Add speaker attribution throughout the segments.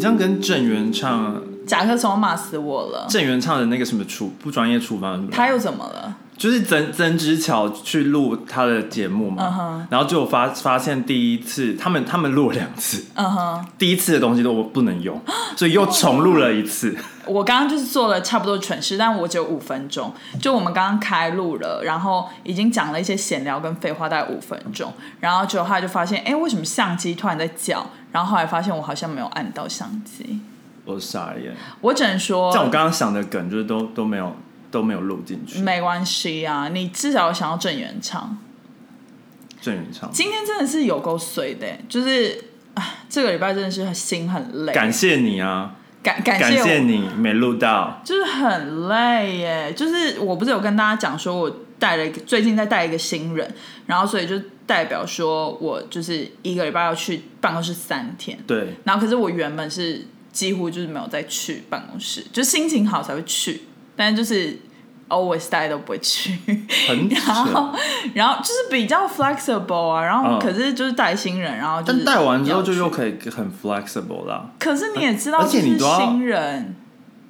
Speaker 1: 刚跟郑源唱，
Speaker 2: 甲壳虫骂死我了，
Speaker 1: 郑源唱的那个什么处不专业处方什么的，
Speaker 2: 他又怎么了？
Speaker 1: 就是曾曾之乔去录他的节目嘛
Speaker 2: 嗯哼
Speaker 1: 然后就发发现第一次他们他们录了两次，
Speaker 2: 嗯哼，
Speaker 1: 第一次的东西都不 能用，所以又重录了一次。
Speaker 2: 我刚刚就是做了差不多蠢事，但我只有五分钟。就我们刚刚开录了，然后已经讲了一些闲聊跟废话，大概五分钟。然后结果后来就发现，哎，为什么相机突然在叫？然后后来发现我好像没有按到相机。
Speaker 1: 我傻眼，
Speaker 2: 我只能说，
Speaker 1: 像我刚刚想的梗就是都都没有都没有录进去。
Speaker 2: 没关系啊，你至少有想要郑元畅。
Speaker 1: 郑源唱，
Speaker 2: 今天真的是有够碎的、就是唉这个礼拜真的是心很累，
Speaker 1: 感谢你啊，
Speaker 2: 感感
Speaker 1: 感
Speaker 2: 谢我
Speaker 1: 谢你没录到。
Speaker 2: 就是很累耶，就是我不是有跟大家讲说，我带了一个最近在带一个新人，然后所以就代表说我就是一个礼拜要去办公室三天，
Speaker 1: 对，
Speaker 2: 然后可是我原本是几乎就是没有再去办公室，就心情好才会去，但是就是 oh， always 大家都不会去，
Speaker 1: 很
Speaker 2: 然
Speaker 1: 扯。
Speaker 2: 后然后就是比较 flexible 啊，然后
Speaker 1: 嗯
Speaker 2: 可是就是带新人，然后就是
Speaker 1: 但带完之后就
Speaker 2: 要
Speaker 1: 又
Speaker 2: 去，
Speaker 1: 可以很 flexible 啦，
Speaker 2: 可是你也知道，
Speaker 1: 而且你都要
Speaker 2: 新人。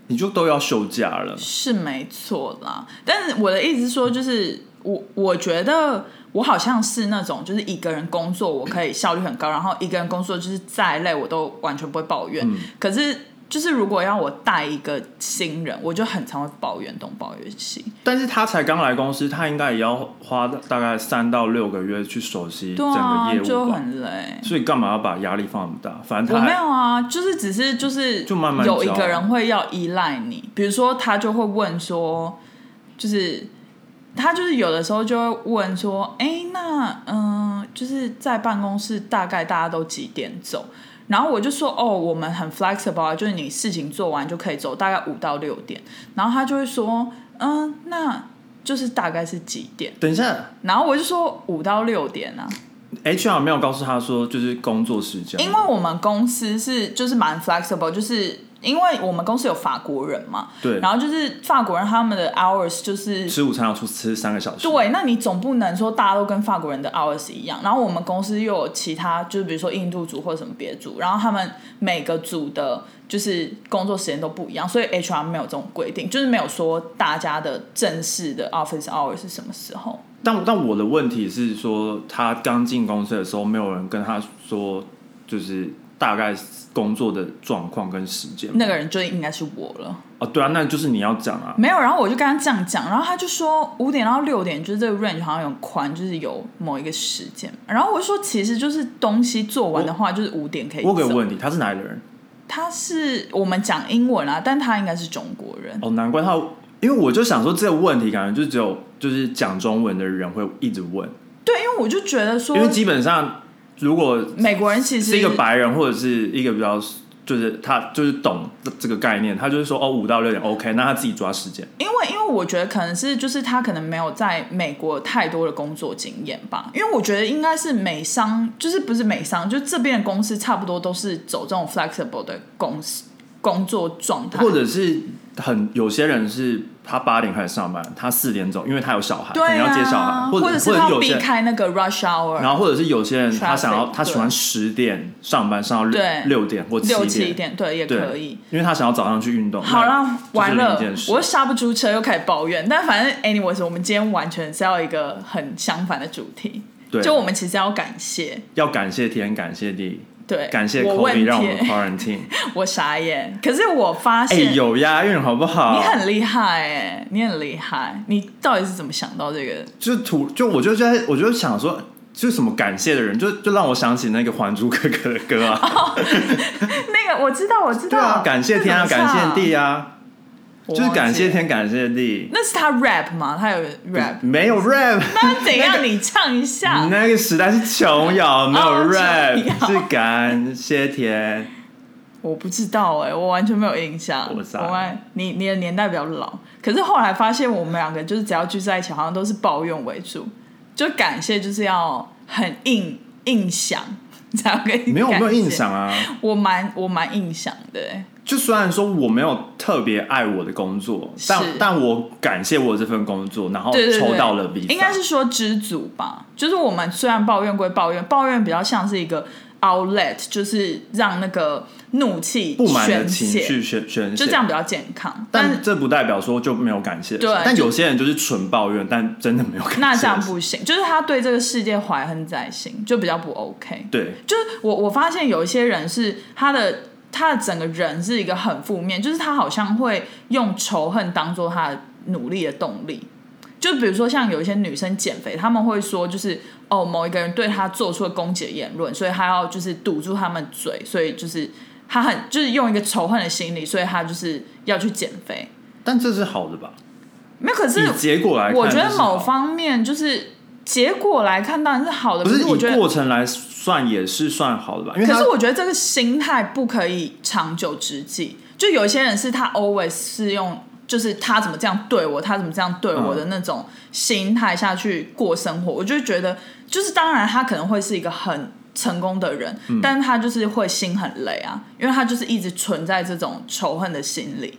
Speaker 1: 你就都要休假了。
Speaker 2: 是没错啦，但是我的意思是说，就是我我觉得我好像是那种就是一个人工作，我可以效率很高，然后一个人工作就是再累我都完全不会抱
Speaker 1: 嗯
Speaker 2: 怨。可是就是如果要我带一个新人，我就很常会抱怨东抱怨西。
Speaker 1: 但是他才刚来公司，他应该也要花大概三到六个月去熟悉
Speaker 2: 对
Speaker 1: 整
Speaker 2: 啊
Speaker 1: 个业，
Speaker 2: 就
Speaker 1: 务吧。
Speaker 2: 很累。
Speaker 1: 所以干嘛要把压力放那么大？反正
Speaker 2: 我
Speaker 1: 他
Speaker 2: 没
Speaker 1: 还
Speaker 2: 有啊，就是只是就是
Speaker 1: 就慢慢
Speaker 2: 有一
Speaker 1: 教
Speaker 2: 个人会要依赖你，比如说他就会问说，就是他就是有的时候就会问说，哎、那嗯、就是在办公室大概大家都几点走？然后我就说，哦，我们很 flexible，啊就是你事情做完就可以走，大概五到六点。然后他就会说，嗯，那就是大概是几点？
Speaker 1: 等一下
Speaker 2: 然后我就说五到六点啊。
Speaker 1: ，HR 没有告诉他说就是工作时间吗，
Speaker 2: 因为我们公司是就是蛮 flexible，就是因为我们公司有法国人嘛，
Speaker 1: 对
Speaker 2: 然后就是法国人他们的 hours 就是。
Speaker 1: 吃午餐要出吃三个小时，
Speaker 2: 对，那你总不能说大家都跟法国人的 hours 一样，然后我们公司又有其他，就是比如说印度组或者什么别组，然后他们每个组的就是工作时间都不一样，所以 HR 没有这种规定，就是没有说大家的正式的 office hour 是什么时候。
Speaker 1: 但但我的问题是说，他刚进公司的时候，没有人跟他说，就是大概工作的状况跟时间吗。
Speaker 2: 那个人就应该是我了。
Speaker 1: 哦，对啊，那就是你要讲啊。
Speaker 2: 没有，然后我就跟他这样讲，然后他就说五点到六点就是这个 range 好像有宽，就是有某一个时间。然后我就说其实就是东西做完的话，就是五点可以走。
Speaker 1: 我有个问题，他是哪里人？
Speaker 2: 他是我们讲英文啊，但他应该是中国人。
Speaker 1: 哦，难怪他，因为我就想说这个问题，感觉就只有就是讲中文的人会一直问，
Speaker 2: 对，因为我就觉得说
Speaker 1: 因为基本上如果
Speaker 2: 美国人其实
Speaker 1: 是一个白人或者是一个比较。就是他就是懂这个概念，他就是说哦五到六点 OK，那他自己抓时间。
Speaker 2: 因为因为我觉得可能是就是他可能没有在美国太多的工作经验吧，因为我觉得应该是美商，就是不是美商，就这边的公司差不多都是走这种 flexible 的公司工作状态，
Speaker 1: 或者是很有些人是他八点开始上班，他四点走，因为他有小孩，
Speaker 2: 对
Speaker 1: 可能
Speaker 2: 啊，
Speaker 1: 要接小孩，
Speaker 2: 或
Speaker 1: 或者
Speaker 2: 是
Speaker 1: 或者
Speaker 2: 他要
Speaker 1: 是有
Speaker 2: 避
Speaker 1: 些人，
Speaker 2: 开那个 rush
Speaker 1: 然
Speaker 2: hour，
Speaker 1: 后或者是有些人
Speaker 2: Traffic，
Speaker 1: 他想要他
Speaker 2: 对
Speaker 1: 喜欢十点上班上到六
Speaker 2: 对
Speaker 1: 六点或
Speaker 2: 六
Speaker 1: 七
Speaker 2: 七点对也
Speaker 1: 对，
Speaker 2: 可以。
Speaker 1: 因为他想要早上去运动。
Speaker 2: 好
Speaker 1: 那
Speaker 2: 啦，
Speaker 1: 就是
Speaker 2: 完
Speaker 1: 另
Speaker 2: 了
Speaker 1: 一件，事
Speaker 2: 我又刹不住车，又开始抱怨。但反正 anyways，我们今天完全是要一个很相反的主题，
Speaker 1: 对，
Speaker 2: 就我们其实要感谢，
Speaker 1: 要感谢天，感谢地，
Speaker 2: 对，
Speaker 1: 感谢
Speaker 2: 我
Speaker 1: Kobe
Speaker 2: 问
Speaker 1: 让我们
Speaker 2: 天，
Speaker 1: quarantine。
Speaker 2: 我傻眼。可是我发
Speaker 1: 哎、
Speaker 2: 现、
Speaker 1: 有押韵好不好？
Speaker 2: 你很厉害哎、你很厉害，你到底是怎么想到这个？
Speaker 1: 就土，就我就在，我就想说。就是什么感谢的人，就就让我想起那个《还珠格格》的歌 啊，
Speaker 2: 哦那个我知道，我知
Speaker 1: 对
Speaker 2: 道，
Speaker 1: 啊，感谢天啊，
Speaker 2: 那怎么
Speaker 1: 感谢
Speaker 2: 唱
Speaker 1: 地，啊，
Speaker 2: 我
Speaker 1: 就是
Speaker 2: 忘记
Speaker 1: 感谢
Speaker 2: 了。
Speaker 1: 天，感谢地。
Speaker 2: 那是他 rap 吗？他有 rap，
Speaker 1: 没有 rap，
Speaker 2: 那怎样？你唱一下。
Speaker 1: 那个时代是琼瑶，没有
Speaker 2: 哦
Speaker 1: rap，
Speaker 2: 琼瑶
Speaker 1: 是感谢天。
Speaker 2: 我不知道哎、我完全没有印象。
Speaker 1: 我傻眼
Speaker 2: 完你你的年代比较老，可是后来发现我们两个就是只要聚在一起，好像都是抱怨为主，就感谢就是要很硬硬想才要跟你
Speaker 1: 没有
Speaker 2: 感
Speaker 1: 没
Speaker 2: 谢
Speaker 1: 有印，象啊，
Speaker 2: 我蛮我蛮硬想的、欸，
Speaker 1: 就虽然说我没有特别爱我的工作，但
Speaker 2: 是
Speaker 1: 但我感谢我这份工作，然后
Speaker 2: 对对对，
Speaker 1: 哦抽到了 visa，
Speaker 2: 应该是说知足吧。就是我们虽然抱怨归抱怨，抱怨比较像是一个。 outlet，就是让那个怒气
Speaker 1: 不满的
Speaker 2: 宣
Speaker 1: 情
Speaker 2: 泄，
Speaker 1: 绪宣宣
Speaker 2: 就
Speaker 1: 泄
Speaker 2: 这。样比较健康。
Speaker 1: 但
Speaker 2: 但
Speaker 1: 这不代表说就没有感谢的心，
Speaker 2: 对
Speaker 1: 但有些人就是纯抱怨，但真的没有感 谢的心。
Speaker 2: 那这样不行，就是他对这个世界怀恨在心，就比较不 OK。
Speaker 1: 对，
Speaker 2: 就是我我发现有一些人是他的他的整个人是一个很负面，就是他好像会用仇恨当做他的努力的动力。就比如说像有一些女生减肥，他们会说就是哦某一个人对她做出了攻击的言论，所以她要就是堵住他们嘴，所以就是她很就是用一个仇恨的心理，所以她就是要去减肥。
Speaker 1: 但这是好的吧？
Speaker 2: 没有，可是
Speaker 1: 以结果来看，
Speaker 2: 我觉
Speaker 1: 这
Speaker 2: 得
Speaker 1: 是好
Speaker 2: 某方面就是结果来看当然是好的，
Speaker 1: 不
Speaker 2: 可
Speaker 1: 是
Speaker 2: 是我觉
Speaker 1: 以
Speaker 2: 得
Speaker 1: 过程来算也是算好的吧？因为
Speaker 2: 可
Speaker 1: 他
Speaker 2: 是我觉得这个心态不可以长久之计。就有一些人是他 always 是用，就是他怎么这样对我，他怎么这样对我的那种心态下去过生活，我就觉得，就是当然他可能会是一个很成功的人，
Speaker 1: 嗯
Speaker 2: 但是他就是会心很累啊，因为他就是一直存在这种仇恨的心理。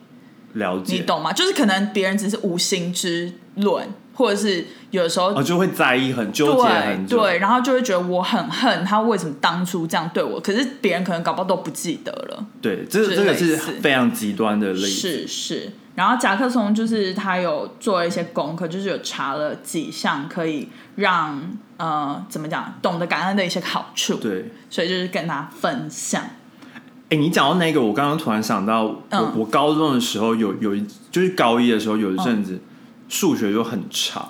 Speaker 1: 了解，
Speaker 2: 你懂吗？就是可能别人只是无心之论，或者是有时候
Speaker 1: 哦，就会在意很纠结
Speaker 2: 对
Speaker 1: 很久。
Speaker 2: 对，然后就会觉得我很恨他为什么当初这样对我，可是别人可能搞不好都不记得了。
Speaker 1: 对，这
Speaker 2: 是
Speaker 1: 这个
Speaker 2: 类
Speaker 1: 是
Speaker 2: 似
Speaker 1: 非常极端的例子。
Speaker 2: 是是，然后夹克松就是他有做一些功课，就是有查了几项可以让呃怎么讲懂得感恩的一些好处，
Speaker 1: 对，
Speaker 2: 所以就是跟大家分享。
Speaker 1: 哎，你讲到那个，我刚刚突然想到，我、
Speaker 2: 嗯
Speaker 1: 我高中的时候有有一，就是高一的时候有一阵
Speaker 2: 嗯
Speaker 1: 子、数学就很差，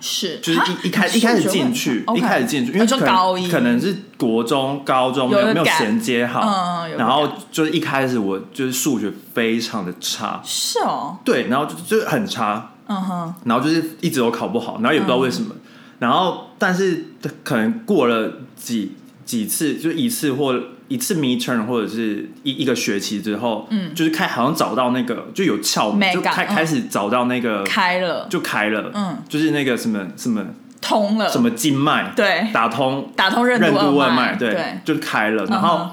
Speaker 2: 是，
Speaker 1: 就是
Speaker 2: 啊
Speaker 1: 一一开一开始进去，一开始进去，因为
Speaker 2: 哦就
Speaker 1: 可能
Speaker 2: 高一
Speaker 1: 可能是国中、高中没
Speaker 2: 有
Speaker 1: 有
Speaker 2: 个
Speaker 1: 没有
Speaker 2: 感
Speaker 1: 衔接好
Speaker 2: 嗯，有个
Speaker 1: 然后就是一开始我就是数学非常的差，
Speaker 2: 是哦，
Speaker 1: 对，然后就就是很差，
Speaker 2: 嗯哼，
Speaker 1: 然后就是一直都考不好，然后也不知道为什么。然后，但是可能过了几几次，就一次或一次 midterm 或者是一一个学期之后，嗯，就是开好像找到那个就有窍门，
Speaker 2: Mega，
Speaker 1: 就开、
Speaker 2: 嗯
Speaker 1: 开始找到那个
Speaker 2: 开了
Speaker 1: 就开了，
Speaker 2: 嗯，
Speaker 1: 就是那个什么什么
Speaker 2: 通了，
Speaker 1: 什么经脉，，
Speaker 2: 对，
Speaker 1: 打通
Speaker 2: 打 通任
Speaker 1: 任
Speaker 2: 督
Speaker 1: 督
Speaker 2: 二
Speaker 1: 二
Speaker 2: 脉，
Speaker 1: 脉，对，就开了，然后。
Speaker 2: 嗯哼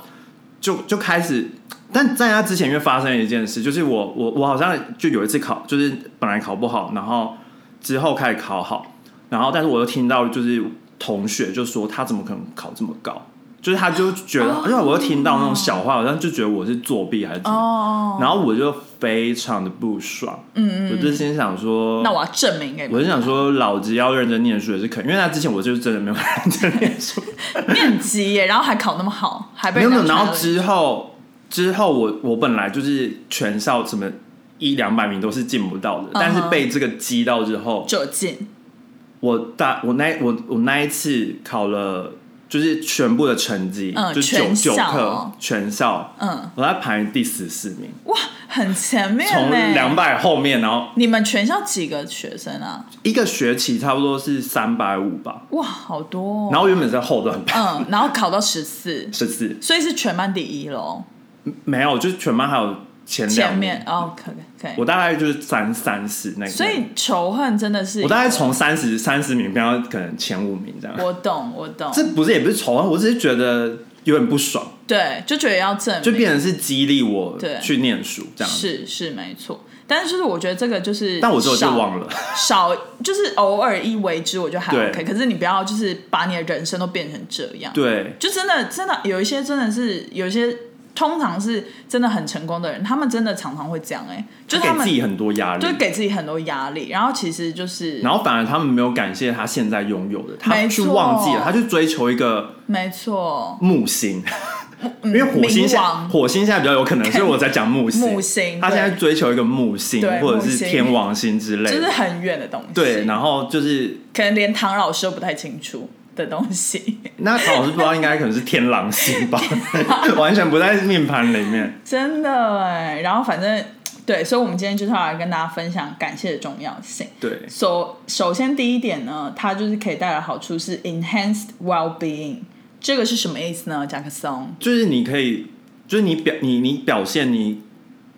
Speaker 1: 就就开始，但在他之前，因为发生了一件事，就是我我我好像就有一次考，就是本来考不好，然后之后开始考好，然后但是我又听到就是同学就说他怎么可能考这么高，就是他就觉得，
Speaker 2: 哦
Speaker 1: 因为我又听到那种小话，好像就觉得我是作弊还是怎么样，
Speaker 2: 哦，
Speaker 1: 然后我就非常的不爽，
Speaker 2: 嗯嗯，
Speaker 1: 我就心想说，
Speaker 2: 那我要证明给你
Speaker 1: 我就想说老子要认真念书也是可以，因为他之前我就是真的没有认真念书。
Speaker 2: 面积耶，然后还考那么好，还被
Speaker 1: 没有
Speaker 2: 人
Speaker 1: 没
Speaker 2: 家
Speaker 1: 有，然后
Speaker 2: 传了
Speaker 1: 之后之后我我本来就是全校什么一两百名都是进不到的，但
Speaker 2: 嗯
Speaker 1: 是被这个击到之后，
Speaker 2: 就近
Speaker 1: 我大我那我我那一次考了就是全部的成绩，
Speaker 2: 嗯
Speaker 1: 就是九
Speaker 2: 全校
Speaker 1: 九科
Speaker 2: 哦
Speaker 1: 全校，
Speaker 2: 嗯，
Speaker 1: 我在排第十四名，
Speaker 2: 哇，很前面
Speaker 1: 从
Speaker 2: 呢
Speaker 1: 两百后面，然后
Speaker 2: 你们全校几个学生啊？
Speaker 1: 一个学期差不多是三百五吧，
Speaker 2: 哇，好多、哦。
Speaker 1: 然后原本在后段排
Speaker 2: 嗯，然后考到十四，
Speaker 1: 十四，
Speaker 2: 所以是全班第一喽。
Speaker 1: 没有，就是全班还有前两
Speaker 2: 前
Speaker 1: 名，
Speaker 2: 面哦，可以可以。
Speaker 1: 我大概就是三三四那个，
Speaker 2: 所以仇恨真的是
Speaker 1: 我大概从三十三十名变到可能前五名这样。
Speaker 2: 我懂我懂，
Speaker 1: 这不是也不是仇恨，我只是觉得有点不爽，
Speaker 2: 对，就觉得要证明，
Speaker 1: 就变成是激励我
Speaker 2: 对
Speaker 1: 去念书这样。
Speaker 2: 是是没错。但是就是我觉得这个就是，
Speaker 1: 但我之后就忘了，
Speaker 2: 少就是偶尔一为之，我觉得还
Speaker 1: 对
Speaker 2: OK。可是你不要就是把你的人生都变成这样，
Speaker 1: 对，
Speaker 2: 就真的真的有一些真的是有一些通常是真的很成功的人，他们真的常常会这样哎、就是
Speaker 1: 给
Speaker 2: 他们
Speaker 1: 自己很多压力
Speaker 2: 就，给自己很多压力，然后其实就是
Speaker 1: 然后反而他们没有感谢他现在拥有的，他
Speaker 2: 没
Speaker 1: 去
Speaker 2: 错
Speaker 1: 忘记了，他去追求一个
Speaker 2: 没错，
Speaker 1: 木星，因为火星
Speaker 2: 冥
Speaker 1: 现在
Speaker 2: 王
Speaker 1: 火星现在比较有可能，所以我在讲木星。
Speaker 2: 木星
Speaker 1: 他现在
Speaker 2: 对
Speaker 1: 追求一个木星
Speaker 2: 对
Speaker 1: 或者
Speaker 2: 木
Speaker 1: 是
Speaker 2: 星
Speaker 1: 天王星之类
Speaker 2: 就是
Speaker 1: 的，
Speaker 2: 很远的东西，
Speaker 1: 对，然后就是
Speaker 2: 可能连唐老师都不太清楚的东西，
Speaker 1: 那唐老师不知道，应该可能是天狼星吧， 完全不在命盘里面。
Speaker 2: 真的哎、然后反正对，所以我们今天就是要来跟大家分享感谢的重要性。
Speaker 1: 对，
Speaker 2: 首、首先第一点呢，它就是可以带来的好处是 enhanced well being。这个是什么意思呢？夹克松，
Speaker 1: 就是你可以，就是你表你你表现你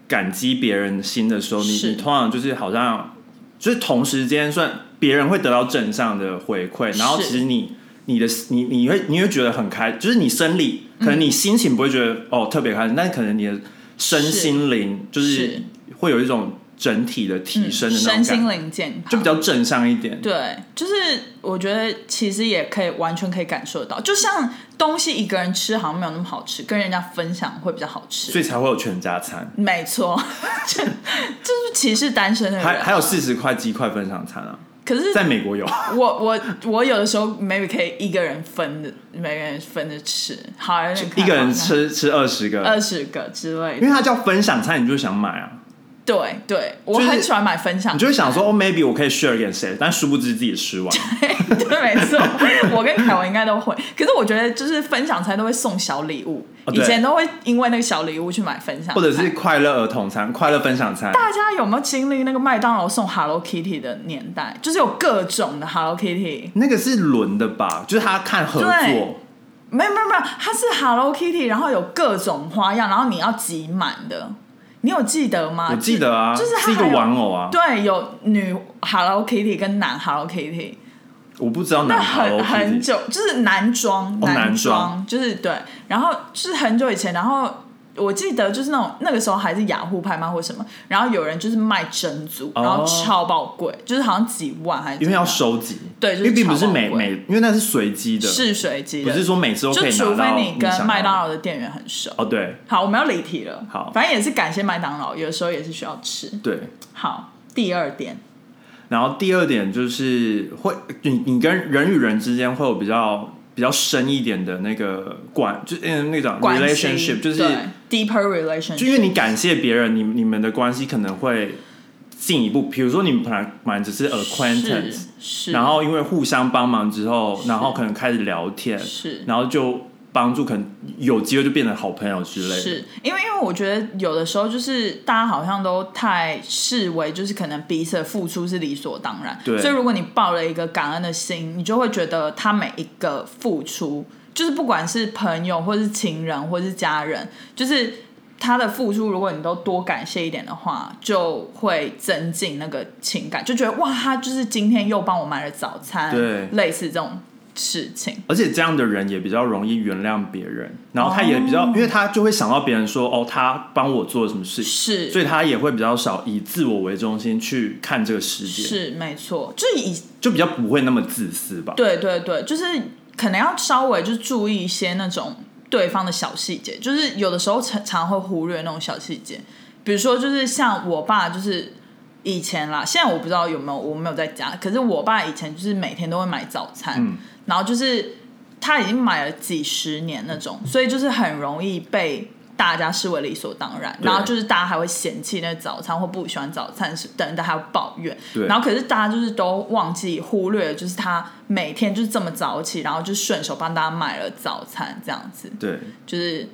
Speaker 1: 感激别人的心的时候，你
Speaker 2: 是
Speaker 1: 你通常就是好像就是同时间算别人会得到正向的回馈，然后
Speaker 2: 是
Speaker 1: 其实你你的你你会你会觉得很开，就是你生理
Speaker 2: 嗯
Speaker 1: 可能你心情不会觉得、哦特别开心，但可能你的身
Speaker 2: 是
Speaker 1: 心灵就是是会有一种整体的提升的那
Speaker 2: 嗯身
Speaker 1: 种感
Speaker 2: 心
Speaker 1: 觉，
Speaker 2: 灵健康，
Speaker 1: 就比较正向一点。
Speaker 2: 对，就是我觉得其实也可以完全可以感受到，就像东西一个人吃好像没有那么好吃，跟人家分享会比较好吃。
Speaker 1: 所以才会有全家餐，
Speaker 2: 没错， 就就是歧视单身的人。
Speaker 1: 还还有四十块鸡块分享餐啊，
Speaker 2: 可是
Speaker 1: 在美国有。
Speaker 2: 我我我有的时候 maybe 可以一个人分的，每个人分着吃，好有点
Speaker 1: 一个人
Speaker 2: 开放啊呃
Speaker 1: 吃吃二十个，
Speaker 2: 二十个之类
Speaker 1: 因
Speaker 2: 的。
Speaker 1: 为它叫分享餐，你就想买啊，
Speaker 2: 对对，我
Speaker 1: 就是
Speaker 2: 很喜欢买分享
Speaker 1: 你就会想说哦，maybe 我可以 share 给谁，但殊不知自己 吃完，
Speaker 2: 对，没错，我跟凯文应该都会。可是我觉得，就是分享餐都会送小礼物，
Speaker 1: 哦对
Speaker 2: 以前都会因为那个小礼物去买分享餐，
Speaker 1: 或者是快乐儿童餐、快乐分享餐，
Speaker 2: 大家有没有经历那个麦当劳送 Hello Kitty 的年代？就是有各种的 Hello Kitty，
Speaker 1: 那个是轮的吧？就是他看合
Speaker 2: 对
Speaker 1: 作，
Speaker 2: 没有没有没有，它是 Hello Kitty，然后有各种花样，然后你要集满的。你有记得吗？
Speaker 1: 我记得啊，
Speaker 2: 就是它
Speaker 1: 是一个
Speaker 2: 还有
Speaker 1: 玩偶啊，
Speaker 2: 对，有女 Hello Kitty 跟男 Hello Kitty，
Speaker 1: 我不知道
Speaker 2: 那
Speaker 1: 男孩
Speaker 2: 很很久，就是男装，
Speaker 1: 哦男
Speaker 2: 装
Speaker 1: 装
Speaker 2: 就是对，然后就是很久以前，然后我记得就是那种那个时候还是雅虎拍卖或什么，然后有人就是卖珍珠，
Speaker 1: 哦
Speaker 2: 然后超爆贵，就是好像几万还是
Speaker 1: 因为要
Speaker 2: 怎么
Speaker 1: 收集，
Speaker 2: 对就是
Speaker 1: 因为并不是
Speaker 2: 超
Speaker 1: 每
Speaker 2: 贵
Speaker 1: 每，因为那是随机的，
Speaker 2: 样是随机
Speaker 1: 不
Speaker 2: 的，
Speaker 1: 是说每次都可
Speaker 2: 就
Speaker 1: 以拿
Speaker 2: 除
Speaker 1: 到
Speaker 2: 非你
Speaker 1: 想要
Speaker 2: 跟
Speaker 1: 的
Speaker 2: 麦当劳的店员很熟。
Speaker 1: 哦，对
Speaker 2: 好，我们要离题了。
Speaker 1: 好
Speaker 2: 反正也是感谢麦当劳，有时候也是需要吃。
Speaker 1: 对。
Speaker 2: 好，第二点，
Speaker 1: 然后第二点就是会，你你跟人与人之间会有比较比较深一点的那个关，就嗯那种
Speaker 2: 关系
Speaker 1: relationship，就是
Speaker 2: 对 deeper relationship，
Speaker 1: 就因为你感谢别人，你你们的关系可能会进一步，比如说你们本来本来只是 acquaintance，
Speaker 2: 是是，
Speaker 1: 然后因为互相帮忙之后，
Speaker 2: 是
Speaker 1: 然后可能开始聊天，
Speaker 2: 是
Speaker 1: 然后就帮助，可能有机会就变成好朋友之类的。
Speaker 2: 是因为因为我觉得有的时候就是大家好像都太视为就是可能彼此的付出是理所当然，
Speaker 1: 对
Speaker 2: 所以如果你抱了一个感恩的心，你就会觉得他每一个付出，就是不管是朋友或是情人或是家人，就是。他的付出，如果你都多感谢一点的话，就会增进那个情感，就觉得哇，他就是今天又帮我买了早餐，
Speaker 1: 对
Speaker 2: 类似这种事情，
Speaker 1: 而且这样的人也比较容易原谅别人，然后他也比较，
Speaker 2: 哦
Speaker 1: 因为他就会想到别人说，哦，他帮我做了什么事情，
Speaker 2: 是，
Speaker 1: 所以他也会比较少以自我为中心去看这个世界，
Speaker 2: 是没错，就是以
Speaker 1: 就比较不会那么自私吧。
Speaker 2: 对对对，就是可能要稍微就注意一些那种对方的小细节，就是有的时候常常会忽略那种小细节，比如说就是像我爸就是。以前啦，现在我不知道有没有，我没有在家。可是我爸以前就是每天都会买早餐，
Speaker 1: 嗯
Speaker 2: 然后就是他已经买了几十年那
Speaker 1: 嗯
Speaker 2: 种，所以就是很容易被大家视为理所当然。
Speaker 1: 对
Speaker 2: 然后就是大家还会嫌弃那早餐或不喜欢早餐是等等，还有抱怨。
Speaker 1: 对
Speaker 2: 然后可是大家就是都忘记忽略了，就是他每天就是这么早起，然后就顺手帮大家买了早餐，这样子
Speaker 1: 对，
Speaker 2: 就是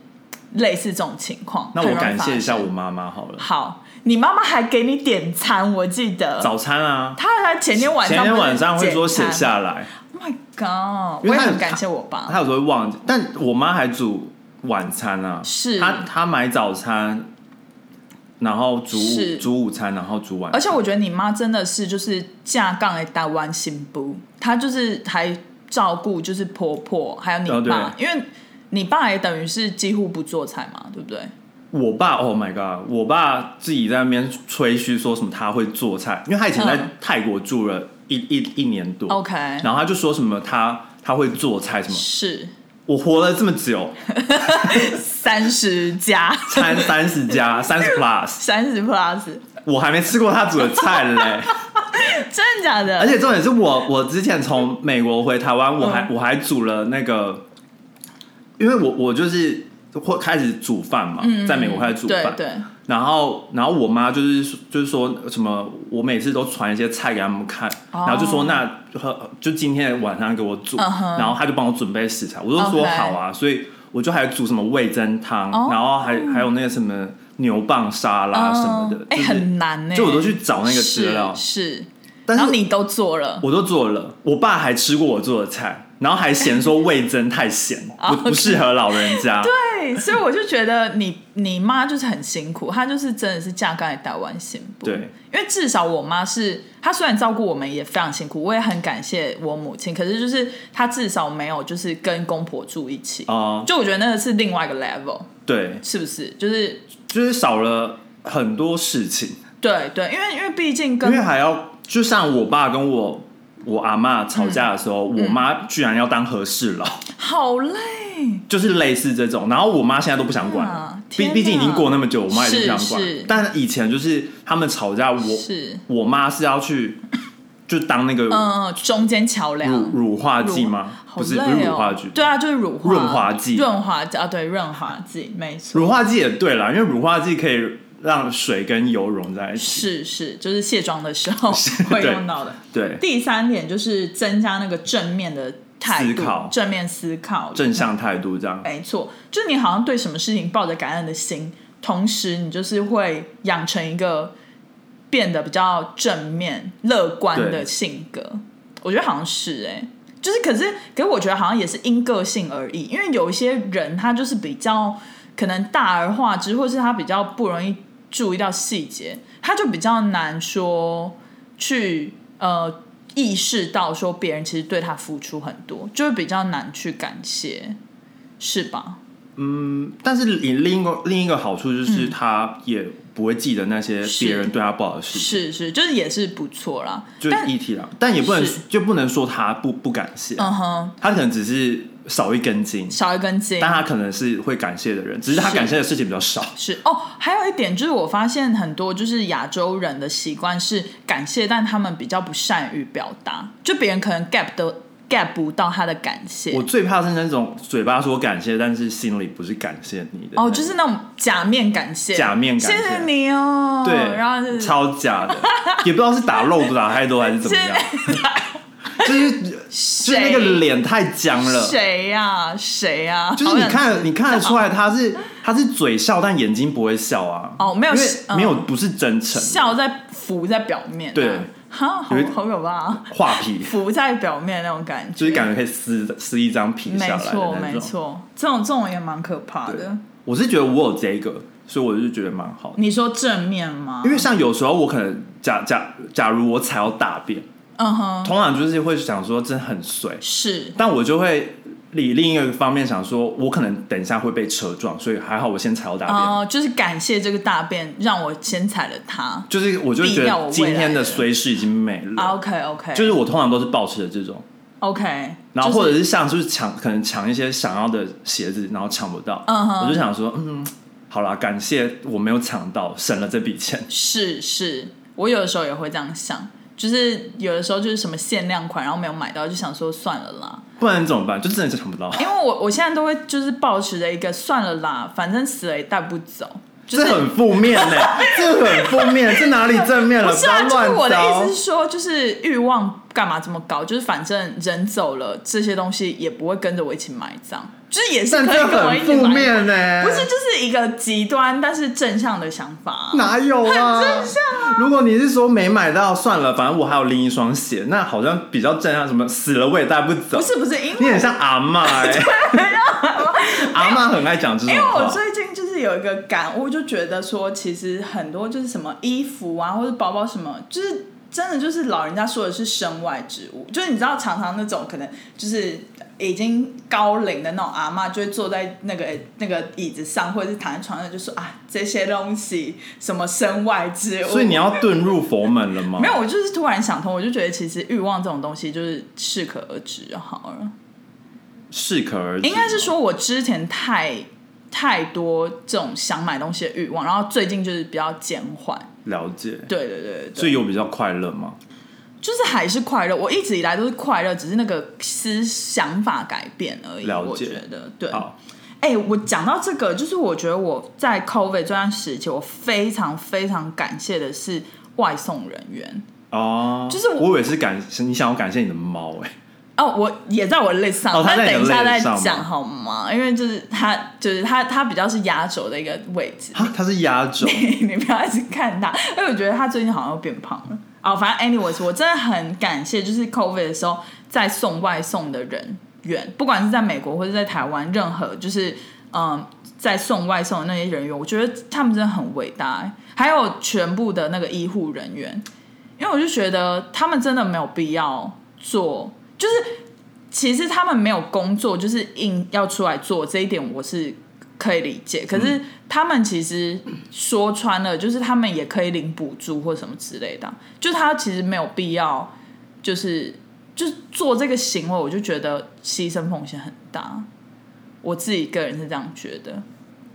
Speaker 2: 类似这种情况。
Speaker 1: 那
Speaker 2: 很
Speaker 1: 我
Speaker 2: 容易
Speaker 1: 感
Speaker 2: 发
Speaker 1: 谢一下
Speaker 2: 生
Speaker 1: 我。妈妈好了，
Speaker 2: 好，你妈妈还给你点餐，我记得。
Speaker 1: 早餐啊，
Speaker 2: 她还前天晚上
Speaker 1: 前天晚上
Speaker 2: 不是
Speaker 1: 会说
Speaker 2: 点
Speaker 1: 写
Speaker 2: 餐
Speaker 1: 下来，
Speaker 2: Oh my god！
Speaker 1: 因
Speaker 2: 我
Speaker 1: 为
Speaker 2: 也
Speaker 1: 他
Speaker 2: 很
Speaker 1: 有
Speaker 2: 感谢我爸。
Speaker 1: 她有时候会忘记，但我妈还煮晚餐啊，
Speaker 2: 是
Speaker 1: 她她买早餐，然后煮午
Speaker 2: 是
Speaker 1: 煮午餐，然后煮晚
Speaker 2: 而且我觉得你妈真的是就是架杠的台湾新妇，她就是还照顾就是婆婆还有
Speaker 1: 哦
Speaker 2: 你
Speaker 1: 对
Speaker 2: 爸，因为你爸也等于是几乎不做菜嘛，对不对？
Speaker 1: 我爸，Oh my god！我爸自己在那边吹嘘说什么他会做菜，因为他以前在
Speaker 2: 嗯哦
Speaker 1: 泰国住了一、一一年多
Speaker 2: OK
Speaker 1: 然后他就说什么他他会做菜什么。
Speaker 2: 是
Speaker 1: 我活了这么久，
Speaker 2: 三十加
Speaker 1: 餐三 十加三十 plus，
Speaker 2: 三十 plus，
Speaker 1: 我还没吃过他煮的菜嘞。
Speaker 2: 真的假的？
Speaker 1: 而且重点是我我之前从美国回台湾，我还、
Speaker 2: 嗯
Speaker 1: 我还煮了那个，因为我我就是会开始煮饭嘛，在美国开始煮
Speaker 2: 嗯对
Speaker 1: 饭，
Speaker 2: 对，
Speaker 1: 然后，然后我妈就是就是说什么，我每次都传一些菜给他们看，
Speaker 2: 哦
Speaker 1: 然后就说那喝就今天晚上给我煮
Speaker 2: 嗯哼
Speaker 1: 然后她就帮我准备食材，我就说
Speaker 2: OK
Speaker 1: 好啊所以我就还煮什么味增汤
Speaker 2: 哦
Speaker 1: 然后还还有那个什么牛蒡沙拉啊什么的
Speaker 2: 嗯，哎、
Speaker 1: 就是
Speaker 2: 很难呢、欸
Speaker 1: 就我都去找那个资料，
Speaker 2: 是，是
Speaker 1: 但
Speaker 2: 然
Speaker 1: 是
Speaker 2: 后你都做了，
Speaker 1: 我都做了，我爸还吃过我做的菜，然后还嫌说味增太 咸，
Speaker 2: 哦
Speaker 1: 不不适合老人家，
Speaker 2: 对，啊所以我就觉得你你妈就是很辛苦，她就是真的是架杠来台湾辛苦。
Speaker 1: 对，
Speaker 2: 因为至少我妈是，她虽然照顾我们也非常辛苦，我也很感谢我母亲，可是就是她至少没有就是跟公婆住一起，
Speaker 1: 哦、
Speaker 2: 就我觉得那个是另外一个 level，
Speaker 1: 对，
Speaker 2: 是不是？就是
Speaker 1: 就是少了很多事情。
Speaker 2: 对对，因为因为毕竟
Speaker 1: 因为
Speaker 2: 跟
Speaker 1: 还要就像我爸跟我我阿妈吵架的时候，
Speaker 2: 嗯
Speaker 1: 我妈居然要当和事佬，
Speaker 2: 好累，
Speaker 1: 就是类似这种。然后我妈现在都不想管了
Speaker 2: 啊，
Speaker 1: 毕
Speaker 2: 天
Speaker 1: 毕竟已经
Speaker 2: 哪
Speaker 1: 过那么久，我妈也不想管
Speaker 2: 是是。
Speaker 1: 但以前就是他们吵架，我
Speaker 2: 是
Speaker 1: 我妈是要去就当那个
Speaker 2: 嗯、呃中间桥梁
Speaker 1: 乳乳化剂吗？
Speaker 2: 好
Speaker 1: 嗯不是，
Speaker 2: 累
Speaker 1: 不是乳
Speaker 2: 哦
Speaker 1: 化剂，
Speaker 2: 对啊，就是乳化
Speaker 1: 润滑剂
Speaker 2: 润滑剂啊，对，润滑剂，没错，
Speaker 1: 乳化剂也对啦，因为乳化剂可以让水跟油融在一起。
Speaker 2: 是是，就是卸妆的时候会
Speaker 1: 对
Speaker 2: 用到的。
Speaker 1: 对，
Speaker 2: 第三点就是增加那个正面的态度，
Speaker 1: 思考
Speaker 2: 正面思考，
Speaker 1: 正向态度这样。
Speaker 2: 没错，就你好像对什么事情抱着感恩的心，同时你就是会养成一个变得比较正面、乐观
Speaker 1: 对
Speaker 2: 的性格。我觉得好像是哎、就是可是可是我觉得好像也是因个性而异，因为有一些人他就是比较可能大而化之，或是他比较不容易注意到细节，他就比较难说去呃。意识到说别人其实对他付出很多，就是比较难去感谢。是吧？
Speaker 1: 但是你另一个另一个好处
Speaker 2: 嗯
Speaker 1: 就是，他也不会记得那些别人对他不好的事情，
Speaker 2: 是是，就是也是不错啦。
Speaker 1: 就
Speaker 2: 但
Speaker 1: 议题啦。但也不能
Speaker 2: 是
Speaker 1: 就不能说他不不感谢，
Speaker 2: 嗯哼，
Speaker 1: 他可能只是少一根筋，
Speaker 2: 少一根筋
Speaker 1: 但他可能是会感谢的人，只是他
Speaker 2: 是
Speaker 1: 感谢的事情比较少。
Speaker 2: 是哦。还有一点就是，我发现很多就是亚洲人的习惯是感谢，但他们比较不善于表达，就别人可能 get 的 get 不到他的感谢
Speaker 1: 我。最怕是那种嘴巴说感谢，但是心里不是感谢你的那
Speaker 2: 哦，
Speaker 1: 种
Speaker 2: 就是那种假面感谢，
Speaker 1: 假面感谢
Speaker 2: 谢谢你哦。
Speaker 1: 对，
Speaker 2: 然后就是
Speaker 1: 超假 的，也不知道是打漏打太多还是怎么样，就是就是那
Speaker 2: 谁
Speaker 1: 个脸太僵了。
Speaker 2: 谁呀谁呀，
Speaker 1: 就是
Speaker 2: 好
Speaker 1: 你
Speaker 2: 想
Speaker 1: 看，你看得出来他是他是嘴笑，但眼睛不会笑啊。
Speaker 2: 哦没有
Speaker 1: 因为
Speaker 2: 嗯
Speaker 1: 没有不是真诚，
Speaker 2: 笑在浮在表面啊，
Speaker 1: 对
Speaker 2: 哈，好
Speaker 1: 有一
Speaker 2: 好可怕啊，
Speaker 1: 画皮，
Speaker 2: 浮在表面那种感觉，
Speaker 1: 就是感觉可以撕撕一张皮下
Speaker 2: 没
Speaker 1: 来的
Speaker 2: 错，
Speaker 1: 那
Speaker 2: 没
Speaker 1: 种。
Speaker 2: 错，这种这种也蛮可怕
Speaker 1: 对
Speaker 2: 的。
Speaker 1: 我是觉得我有这个，所以我就觉得蛮好的。
Speaker 2: 你说正面吗？
Speaker 1: 因为像有时候我可能假假假如我踩到大便，
Speaker 2: 嗯哼，
Speaker 1: 通常就是会想说真的很水，
Speaker 2: 是
Speaker 1: 但我就会理另一个方面想说，我可能等一下会被车撞，所以还好我先踩到大便。
Speaker 2: 哦、就是感谢这个大便让我先踩了它。
Speaker 1: 就是我就觉
Speaker 2: 避掉
Speaker 1: 得
Speaker 2: 我
Speaker 1: 今
Speaker 2: 未来
Speaker 1: 天的
Speaker 2: 的
Speaker 1: 衰事已经没了，
Speaker 2: 啊、OK OK，
Speaker 1: 就是我通常都是保持着这种，
Speaker 2: OK，
Speaker 1: 然后或者
Speaker 2: 就是
Speaker 1: 像就是抢，可能抢一些想要的鞋子，然后抢不到，
Speaker 2: 嗯哼
Speaker 1: 我就想说，嗯，好啦，感谢我没有抢到，省了这笔钱。
Speaker 2: 是是，我有的时候也会这样想，就是有的时候就是什么限量款，然后没有买到，就想说算了啦，
Speaker 1: 不然怎么办？就真的是抢不到，
Speaker 2: 因为我我现在都会就是抱持着一个算了啦，反正死了也带不走，就是
Speaker 1: 这很负面 呢、这很负面，这哪里正面了？
Speaker 2: 不是啊，就
Speaker 1: 要
Speaker 2: 是我
Speaker 1: 乱
Speaker 2: 的
Speaker 1: 糟
Speaker 2: 意思。是说，就是欲望干嘛这么高？就是反正人走了，这些东西也不会跟着我一起埋葬，就是也是
Speaker 1: 但
Speaker 2: 可以
Speaker 1: 这
Speaker 2: 跟我
Speaker 1: 很
Speaker 2: 一起
Speaker 1: 负
Speaker 2: 埋葬。
Speaker 1: 面呢、
Speaker 2: 不是，就是一个极端，但是正向的想法啊。
Speaker 1: 哪有啊？如果你是说没买到，算了，反正我还有另一双鞋，那好像比较正向。什么死了我也带不走，
Speaker 2: 不是不是，因
Speaker 1: 你
Speaker 2: 为
Speaker 1: 很像阿嬷 哎、阿嬷很爱讲这种
Speaker 2: 因为我
Speaker 1: 话。
Speaker 2: 最近就是有一个感悟，就觉得说，其实很多就是什么衣服啊，或者包包什么，就是真的就是老人家说的是身外之物，就是你知道常常那种可能就是已经高龄的那种阿嬷，就会坐在那个那个椅子上，或者是躺在床上，就说啊这些东西什么身外之物，
Speaker 1: 所以你要遁入佛门了吗？
Speaker 2: 哦没有，我就是突然想通，我就觉得其实欲望这种东西就是适可而止就好了。
Speaker 1: 适可而止。
Speaker 2: 应该是说我之前太太多这种想买东西的欲望，然后最近就是比较减缓。
Speaker 1: 了解，
Speaker 2: 对对对对
Speaker 1: 所
Speaker 2: 对，
Speaker 1: 以有比较快乐吗？
Speaker 2: 就是还是快乐。我一直以来都是快乐，只是那个思想法改变而已。
Speaker 1: 了解
Speaker 2: 我觉得对。
Speaker 1: 好，
Speaker 2: 哎、我讲到这个，就是我觉得我在 COVID 这段时期，我非常非常感谢的是外送人员。
Speaker 1: 哦，
Speaker 2: 就是我
Speaker 1: 我以为是感，你想要感谢你的猫哎、
Speaker 2: 哦，我也在我 list 上，
Speaker 1: 哦他
Speaker 2: 但
Speaker 1: 在你的
Speaker 2: 等一下
Speaker 1: list
Speaker 2: 再
Speaker 1: 上吗
Speaker 2: 讲好吗？因为就是他，就是他，他比较是压轴的一个位置。
Speaker 1: 啊，它是压轴，
Speaker 2: 你不要一直看他，因为我觉得他最近好像又变胖了。哦，反正 anyways，我真的很感谢，就是 COVID 的时候在送外送的人员，不管是在美国或者在台湾，任何就是嗯、在送外送的那些人员，我觉得他们真的很伟大、欸还有全部的那个医护人员，因为我就觉得他们真的没有必要做，就是其实他们没有工作，就是硬要出来做这一点，我是可以理解。可是他们其实说穿了，就是他们也可以领补助或什么之类的啊，就他其实没有必要，就是就是做这个行为，我就觉得牺牲风险很大。我自己个人是这样觉得，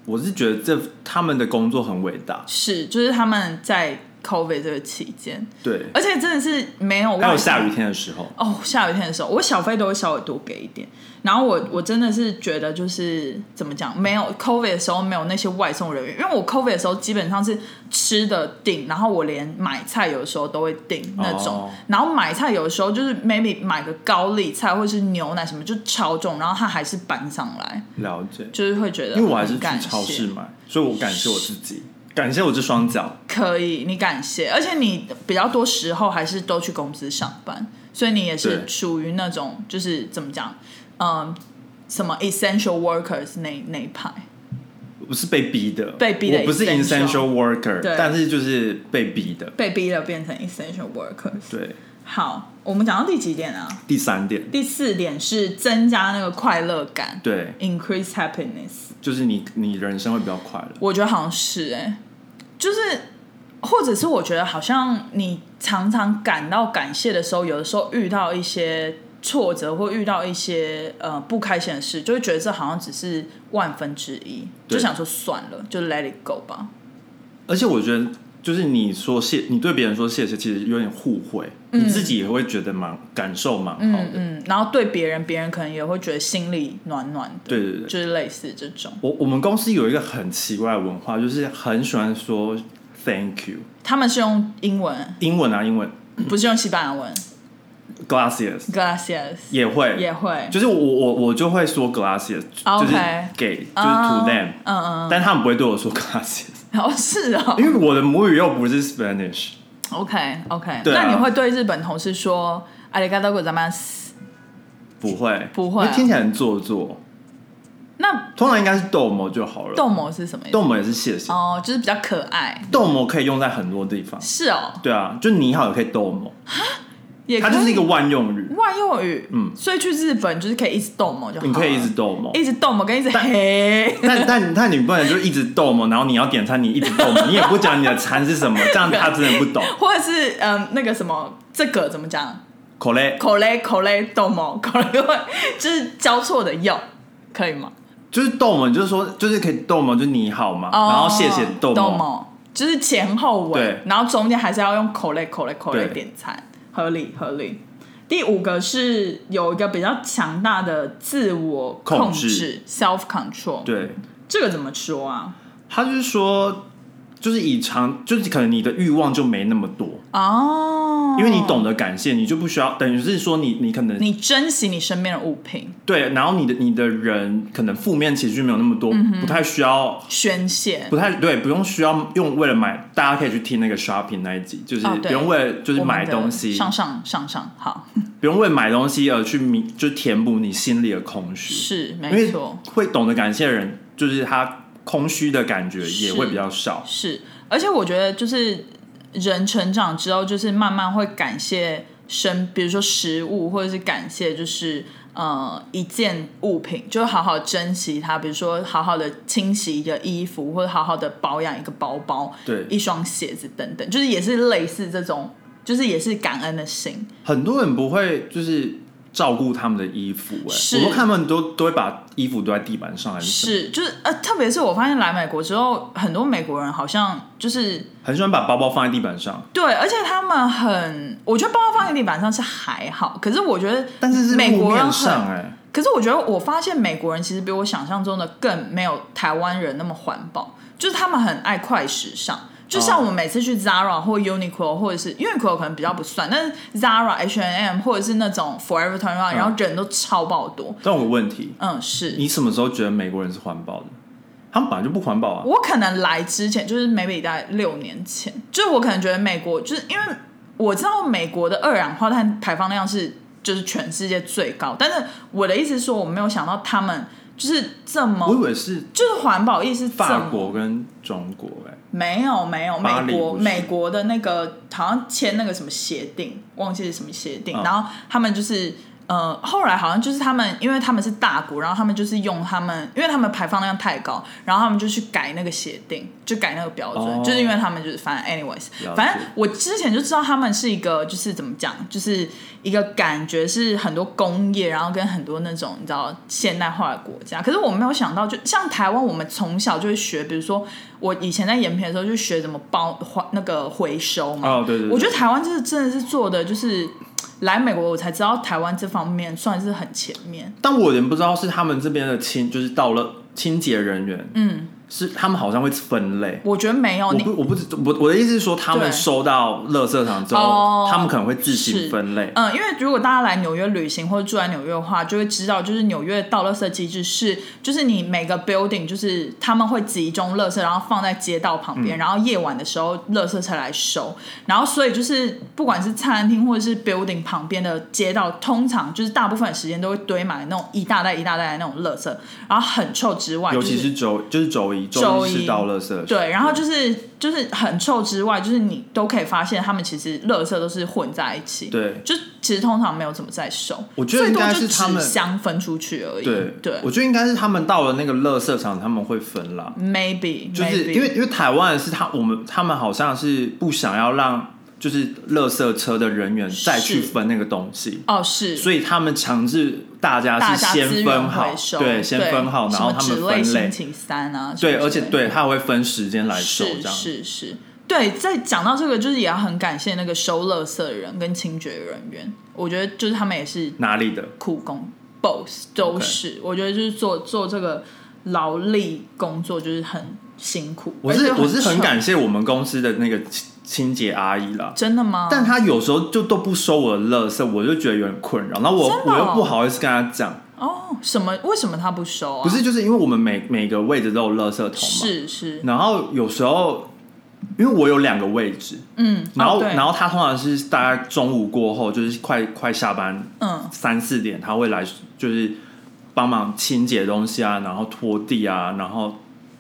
Speaker 1: 我是觉得这他们的工作很伟大，
Speaker 2: 是就是他们在 COVID 这个期间，
Speaker 1: 对。
Speaker 2: 而且真的是没有
Speaker 1: 还有
Speaker 2: 外
Speaker 1: 下
Speaker 2: 送
Speaker 1: 雨天的时候，
Speaker 2: 哦，下雨天的时候，我小费都会稍微多给一点。然后我我真的是觉得就是怎么讲，没有 COVID 的时候没有那些外送人员，因为我 COVID 的时候基本上是吃的订，然后我连买菜有的时候都会订那种，
Speaker 1: 哦
Speaker 2: 然后买菜有的时候就是 maybe 买个高丽菜或是牛奶什么就超重，然后他还是搬上来，
Speaker 1: 了解。
Speaker 2: 就是会觉得
Speaker 1: 因为我还是
Speaker 2: 很
Speaker 1: 去
Speaker 2: 感
Speaker 1: 超
Speaker 2: 谢
Speaker 1: 市买，所以我感谢我自己，感谢我这双脚。
Speaker 2: 可以，你感谢，而且你比较多时候还是都去公司上班，所以你也是
Speaker 1: 对
Speaker 2: 属于那种就是怎么讲，嗯，什么 essential workers 那那一派，
Speaker 1: 我是被逼的，
Speaker 2: 被逼的
Speaker 1: 我不是
Speaker 2: essential
Speaker 1: essential worker，
Speaker 2: 对
Speaker 1: 但是就是被逼的。
Speaker 2: 被逼了变成 essential workers。
Speaker 1: 对，
Speaker 2: 好，我们讲到第几点啊？
Speaker 1: 第三点，
Speaker 2: 第四点是增加那个快乐感，
Speaker 1: 对，
Speaker 2: ，increase happiness。
Speaker 1: 就是你你人生会比较快乐。
Speaker 2: 我觉得好像是哎、就是或者是我觉得好像你常常感到感谢的时候，有的时候遇到一些挫折或遇到一些呃不开心的事，就会觉得这好像只是万分之一，
Speaker 1: 对
Speaker 2: 就想说算了，就 let it go 吧。
Speaker 1: 而且我觉得，就是你说谢，你对别人说谢谢，其实有点互惠，你自己也会觉得蛮感受蛮好的。
Speaker 2: 嗯，然后对别人，别人可能也会觉得心里暖暖的，
Speaker 1: 对对对
Speaker 2: 就是类似这种。
Speaker 1: 我我们公司有一个很奇怪的文化，就是很喜欢说 thank you，
Speaker 2: 他们是用英文，
Speaker 1: 英文啊英文
Speaker 2: 不是用西班牙文
Speaker 1: gracias
Speaker 2: ，gracias
Speaker 1: 也会
Speaker 2: 也会，
Speaker 1: 就是我我我就会说 gracias，
Speaker 2: 啊
Speaker 1: 就是
Speaker 2: OK
Speaker 1: 给就是 to
Speaker 2: 啊
Speaker 1: them，、
Speaker 2: 嗯嗯
Speaker 1: 但他们不会对我说 gracias，
Speaker 2: 嗯，哦是哦，
Speaker 1: 因为我的母语又不是 Spanish，
Speaker 2: OK OK，、
Speaker 1: 对啊
Speaker 2: 那你会对日本同事说“阿里嘎多古咱们
Speaker 1: 不会
Speaker 2: 不会啊
Speaker 1: 因为听起来很做作。”？
Speaker 2: 那
Speaker 1: 通常应该是逗某就好了，
Speaker 2: 逗某是什么意
Speaker 1: 逗
Speaker 2: 思？
Speaker 1: 某也是谢谢，
Speaker 2: 哦，就是比较可爱。
Speaker 1: 逗某可以用在很多地方。
Speaker 2: 是哦，
Speaker 1: 对啊，就你好也可以逗某，
Speaker 2: 也可
Speaker 1: 它
Speaker 2: 以
Speaker 1: 就是一个万用语，
Speaker 2: 万用语。
Speaker 1: 嗯
Speaker 2: 所以去日本就是可以一直逗某就好了。
Speaker 1: 你啊可以一直逗某。
Speaker 2: 一直逗某跟一直嘿，
Speaker 1: 但但但你不能就一直逗某，然后你要点餐，你一直逗某，你也不讲你的餐是什 么，这样他真的不懂。
Speaker 2: 或者是嗯那个什么这个怎么讲？
Speaker 1: 口嘞，
Speaker 2: 口雷口雷逗某口雷会就是交错的用，可以吗？
Speaker 1: 就是逗某，就是说就是可以逗某，就是你好嘛，
Speaker 2: 哦
Speaker 1: 然后谢谢逗
Speaker 2: 逗
Speaker 1: 某，
Speaker 2: 某，就是前后
Speaker 1: 对
Speaker 2: 文，然后中间还是要用口类口类口类
Speaker 1: 对
Speaker 2: 点餐，合理合理。第五个是有一个比较强大的自我控
Speaker 1: 控制
Speaker 2: （self control），
Speaker 1: 对。
Speaker 2: 这个怎么说啊？
Speaker 1: 他就是说，就是以常，就是可能你的欲望就没那么多，
Speaker 2: 哦，
Speaker 1: 因为你懂，得感谢，你就不需要，等于是说你你可能
Speaker 2: 你珍惜你身边的物品，
Speaker 1: 对，然后你的你的人可能负面情绪没有那么多，不太需要，
Speaker 2: 宣泄
Speaker 1: 不。太对，不用需要用为了买，大家可以去听那个 shopping 那一集，就是
Speaker 2: 哦
Speaker 1: 不
Speaker 2: 对
Speaker 1: 用为了就是
Speaker 2: 我们
Speaker 1: 买
Speaker 2: 的
Speaker 1: 东西，
Speaker 2: 上上上上，好，
Speaker 1: 不用为买东西而去弥，就填补你心里的空虚，
Speaker 2: 是
Speaker 1: 因为
Speaker 2: 没错，
Speaker 1: 会懂得感谢的人，就是他空虚的感觉也会比较少，
Speaker 2: 是，而且我觉得就是人成长之后，就是慢慢会感谢身，比如说食物，或者是感谢就是呃一件物品，就好好珍惜它，比如说好好的清洗一个衣服，或者好好的保养一个包包、
Speaker 1: 对，
Speaker 2: 一双鞋子等等，就是也是类似这种，就是也是感恩的心。
Speaker 1: 很多人不会就是照顾他们的衣服、
Speaker 2: 是
Speaker 1: 哎，我都看他们都都会把衣服丢在地板上，还是什么
Speaker 2: 是，就是呃，特别是我发现来美国之后，很多美国人好像就是
Speaker 1: 很喜欢把包包放在地板上，
Speaker 2: 对，而且他们很，我觉得包包放在地板上是还好，可是我觉得，
Speaker 1: 但是是
Speaker 2: 美
Speaker 1: 路
Speaker 2: 国人
Speaker 1: 面
Speaker 2: 很，
Speaker 1: 上、哎，
Speaker 2: 可是我觉得我发现美国人其实比我想象中的更没有台湾人那么环保，就是他们很爱快时尚。就像我们每次去 Zara 或 Uniqlo，或者是 Uniqlo 可能比较不算，但是 Zara、H&M 或者是那种 Forever 21，、
Speaker 1: 嗯
Speaker 2: 然后人都超爆多。
Speaker 1: 但我有个问题，
Speaker 2: 嗯，是
Speaker 1: 你什么时候觉得美国人是环保的？他们本来就不环保啊，
Speaker 2: 我可能来之前，就是 maybe 在六年前，就是我可能觉得美国，就是因为我知道美国的二氧化碳排放量是就是全世界最高，但是我的意思是说，我没有想到他们就是这
Speaker 1: 我以
Speaker 2: 么，
Speaker 1: 为是
Speaker 2: 就是环保意识这
Speaker 1: 法
Speaker 2: 么
Speaker 1: 国跟中国、哎，
Speaker 2: 没有没有，
Speaker 1: 巴
Speaker 2: 美
Speaker 1: 黎
Speaker 2: 国
Speaker 1: 不是
Speaker 2: 美国的那个好像签那个什么协定，忘记是什么协定，
Speaker 1: 嗯
Speaker 2: 然后他们就是嗯、呃，后来好像就是他们，因为他们是大国，然后他们就是用他们，因为他们排放量太高，然后他们就去改那个协定，就改那个标准，
Speaker 1: 哦
Speaker 2: 就是因为他们就是反正 anyways，
Speaker 1: 了解
Speaker 2: 反正我之前就知道他们是一个就是怎么讲，就是一个感觉是很多工业，然后跟很多那种你知道现代化的国家，可是我没有想到，就像台湾，我们从小就会学，比如说我以前在延平的时候就学怎么包环那个回收嘛，
Speaker 1: 哦，对对对，
Speaker 2: 嗯我觉得台湾这真的是做的，就是来美国我才知道台湾这方面算是很前面。
Speaker 1: 但我有点不知道是他们这边的清，就是到了清洁人员，
Speaker 2: 嗯，
Speaker 1: 是他们好像会分类。
Speaker 2: 我觉得没有
Speaker 1: 我
Speaker 2: 你
Speaker 1: 不，我不知，我我的意思是说，他
Speaker 2: 对
Speaker 1: 们收到垃圾场之
Speaker 2: 哦
Speaker 1: 后，他们可能会自行
Speaker 2: 是
Speaker 1: 分类。
Speaker 2: 嗯，因为如果大家来纽约旅行或者住在纽约的话，就会知道，就是纽约的倒垃圾机制是，就是你每个 building 就是他们会集中垃圾，然后放在街道旁
Speaker 1: 嗯
Speaker 2: 边，然后夜晚的时候垃圾才来收。然后所以就是不管是餐厅或者是 building 旁边的街道，通常就是大部分的时间都会堆满那种一大袋一大袋的那种垃圾，然后很臭之外，
Speaker 1: 尤
Speaker 2: 啊就
Speaker 1: 其是周，就是周一，
Speaker 2: 周
Speaker 1: 周
Speaker 2: 一
Speaker 1: 是倒垃圾的时候。
Speaker 2: 对，然后就是就是很臭之外，就是你都可以发现他们其实垃圾都是混在一起。，
Speaker 1: 对，
Speaker 2: 就其实通常没有怎么在收，
Speaker 1: 我觉得
Speaker 2: 最
Speaker 1: 应
Speaker 2: 多
Speaker 1: 该
Speaker 2: 就是
Speaker 1: 他们
Speaker 2: 纸箱分出去而已。
Speaker 1: 对
Speaker 2: 对
Speaker 1: 我觉得应该是他们到了那个垃圾场，他们会分啦。
Speaker 2: ，maybe
Speaker 1: 就是因为因为台湾是他我们他们好像是不想要让就是垃圾车的人员再去
Speaker 2: 是
Speaker 1: 分那个东西，
Speaker 2: 哦是，
Speaker 1: 所以他们强制大家
Speaker 2: 大
Speaker 1: 是
Speaker 2: 家资
Speaker 1: 先分
Speaker 2: 源
Speaker 1: 好
Speaker 2: 回收，，
Speaker 1: 对，先分好，然后
Speaker 2: 什么
Speaker 1: 他们
Speaker 2: 纸类
Speaker 1: 分
Speaker 2: 星
Speaker 1: 类，
Speaker 2: 期三啊，什
Speaker 1: 对，
Speaker 2: 么
Speaker 1: 而
Speaker 2: 之
Speaker 1: 且
Speaker 2: 类的
Speaker 1: 对，他会分时间来收
Speaker 2: 是
Speaker 1: 这样。
Speaker 2: 是是，对，在讲到这个，就是也要很感谢那个收垃圾的人跟清洁人员，我觉得就是他们也是
Speaker 1: 哪里的？
Speaker 2: 苦工，boss 都是我觉得就是做做这个劳力工作就是很辛苦。
Speaker 1: 我
Speaker 2: 而且
Speaker 1: 是我是很
Speaker 2: 臭
Speaker 1: 感谢我们公司的那个清清洁阿姨啦，
Speaker 2: 真的吗？
Speaker 1: 但她有时候就都不收我的垃圾，我就觉得有点困扰。然后我、
Speaker 2: 真的
Speaker 1: 我
Speaker 2: 哦
Speaker 1: 又不好意思跟她讲，
Speaker 2: 哦，什么？为什么他不收啊？
Speaker 1: 不是就是因为我们每每个位置都有垃圾桶嘛，
Speaker 2: 是是，
Speaker 1: 然后有时候，因为我有两个位置，
Speaker 2: 嗯，
Speaker 1: 然后、
Speaker 2: 哦、对
Speaker 1: 然后他通常是大概中午过后，就是快快下班
Speaker 2: 嗯
Speaker 1: 三四点，他会来就是帮忙清洁东西啊，然后拖地啊，然后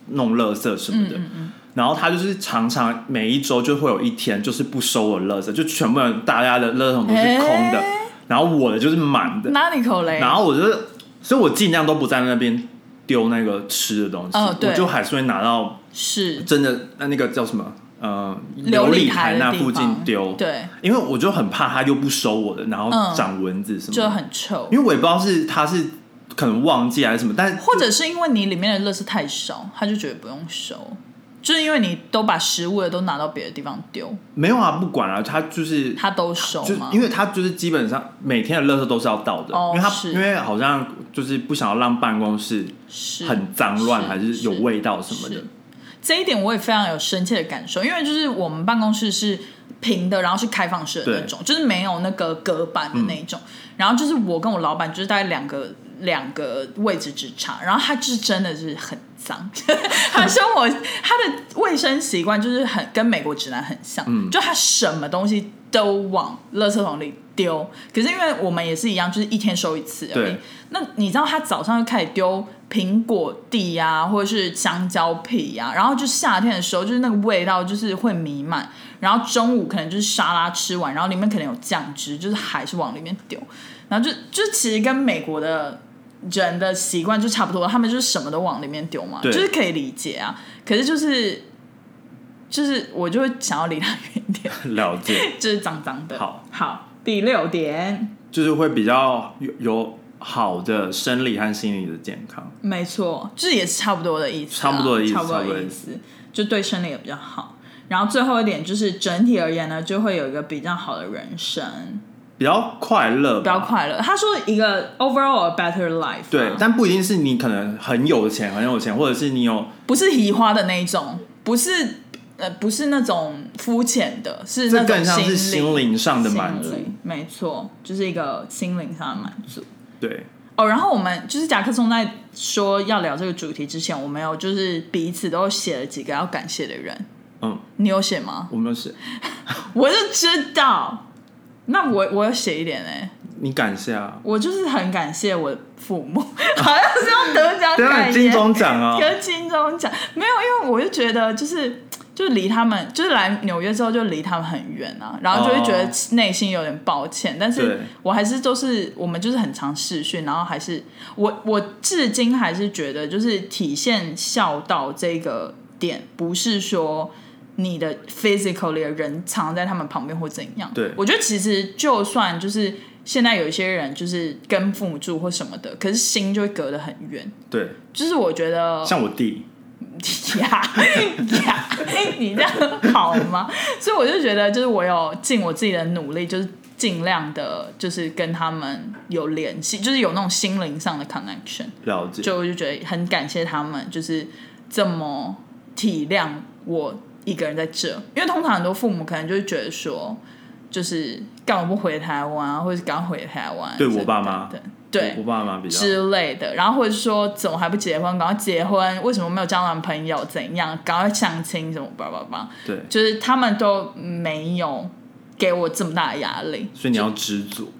Speaker 1: 弄垃圾什么
Speaker 2: 嗯
Speaker 1: 的。
Speaker 2: 嗯嗯，
Speaker 1: 然后他就是常常每一周就会有一天就是不收我的垃圾，就全部人大家的垃圾桶都是空的，
Speaker 2: 哎
Speaker 1: 然后我的就是满的，
Speaker 2: 哪里口雷？
Speaker 1: 然后我就是，所以我尽量都不在那边丢那个吃的东西，
Speaker 2: 哦对
Speaker 1: 我就还是会拿到
Speaker 2: 是
Speaker 1: 真的那那个叫什么？呃，
Speaker 2: 琉
Speaker 1: 璃
Speaker 2: 台
Speaker 1: 台
Speaker 2: 的
Speaker 1: 那
Speaker 2: 地
Speaker 1: 附近
Speaker 2: 方
Speaker 1: 丢，
Speaker 2: 对，
Speaker 1: 因为我就很怕它又不收我的，然后
Speaker 2: 嗯
Speaker 1: 长蚊子什么
Speaker 2: 就
Speaker 1: 的，
Speaker 2: 很臭，
Speaker 1: 因为我也不知道是它是可能忘记还是什么，但是
Speaker 2: 或者是因为你里面的垃圾太少，他就觉得不用收。就是因为你都把食物的都拿到别的地方丢，
Speaker 1: 没有啊，不管啊，它就是
Speaker 2: 他都收
Speaker 1: 就
Speaker 2: 吗？
Speaker 1: 因为它就是基本上每天的垃圾都是要倒的，
Speaker 2: 哦
Speaker 1: 因为它
Speaker 2: 是
Speaker 1: 因为好像就是不想要让办公室
Speaker 2: 是
Speaker 1: 很脏乱还是有味道什么
Speaker 2: 是
Speaker 1: 的，
Speaker 2: 这一点我也非常有深切的感受，因为就是我们办公室是平的，然后是开放式的那种，就是没有那个隔板的那一种。
Speaker 1: 嗯
Speaker 2: 然后就是我跟我老板就是大概两个两个位置之差，然后他就是真的是很脏，他生活他的卫生习惯就是很跟美国直男很像，就他什么东西都往垃圾桶里丢。可是因为我们也是一样，就是一天收一次而已
Speaker 1: 对。
Speaker 2: 那你知道他早上就开始丢苹果地呀、或者是香蕉皮呀、然后就夏天的时候，就是那个味道就是会弥漫。然后中午可能就是沙拉吃完，然后里面可能有酱汁，就是还是往里面丢。然后就就其实跟美国的人的习惯就差不多，他们就是什么都往里面丢嘛，就
Speaker 1: 对
Speaker 2: 是可以理解啊。可是就是就是我就会想要离他远一点，
Speaker 1: 了解，
Speaker 2: 就是脏脏的。
Speaker 1: 好，
Speaker 2: 好，第六点。
Speaker 1: 就是会比较有有好的生理和心理的健康。
Speaker 2: 没错，就是也是差不多的意思啊、
Speaker 1: 差不多的意思
Speaker 2: 差不多
Speaker 1: 差不多
Speaker 2: 的
Speaker 1: 的
Speaker 2: 意
Speaker 1: 意
Speaker 2: 思，就对生理也比较好。然后最后一点就是整体而言呢，就会有一个比较好的人生，
Speaker 1: 比较快乐
Speaker 2: 比较
Speaker 1: 吧，
Speaker 2: 快乐。他说一个 overall a better life，
Speaker 1: 对
Speaker 2: 啊，
Speaker 1: 但不一定是你可能很有钱，很有钱，或者是你有
Speaker 2: 不是移花的那一种，不是呃，不是那种肤浅的，是那
Speaker 1: 这
Speaker 2: 种
Speaker 1: 更像是
Speaker 2: 心
Speaker 1: 心灵上的满足
Speaker 2: 心。灵没错，就是一个心灵上的满足。
Speaker 1: 对，
Speaker 2: 哦，然后我们就是夹克松在说要聊这个主题之前，我们有就是彼此都写了几个要感谢的人，
Speaker 1: 嗯，
Speaker 2: 你有写吗？
Speaker 1: 我们是
Speaker 2: 我就知道，那我我有写一点哎、
Speaker 1: 你感谢啊，
Speaker 2: 我就是很感谢我父母， 好像是要得奖
Speaker 1: 对啊，
Speaker 2: 感
Speaker 1: 金
Speaker 2: 言，
Speaker 1: 钟奖啊，
Speaker 2: 得金钟奖没有，因为我就觉得就是就离他们，就是来纽约之后就离他们很远啊，然后就会觉得内心有点抱歉，但
Speaker 1: 哦对
Speaker 2: 是我还是都是我们就是很常试训，然后还是我我至今还是觉得就是体现孝道这个点，不是说你的 physically 的人藏在他们旁边或怎样，
Speaker 1: 对
Speaker 2: 我觉得其实就算就是现在有一些人就是跟父母住或什么的，可是心就会隔得很远，
Speaker 1: 对，
Speaker 2: 就是我觉得
Speaker 1: 像我弟，
Speaker 2: 呀呀，你这样好吗？所以我就觉得，就是我有尽我自己的努力，就是尽量的，就是跟他们有联系，就是有那种心灵上的 connection。
Speaker 1: 了解，
Speaker 2: 就我就觉得很感谢他们，就是这么体谅我一个人在这，因为通常很多父母可能就会觉得说，就是干嘛不回台湾啊，或者赶快回台湾？啊
Speaker 1: 对我爸妈
Speaker 2: 对对
Speaker 1: 我我爸妈比较
Speaker 2: 之类的，然后或者说怎么还不结婚，赶快结婚，为什么没有交男朋友，怎样，赶快相亲，什么叭叭叭，
Speaker 1: 对，
Speaker 2: 就是他们都没有给我这么大的压力，
Speaker 1: 所以你要知足。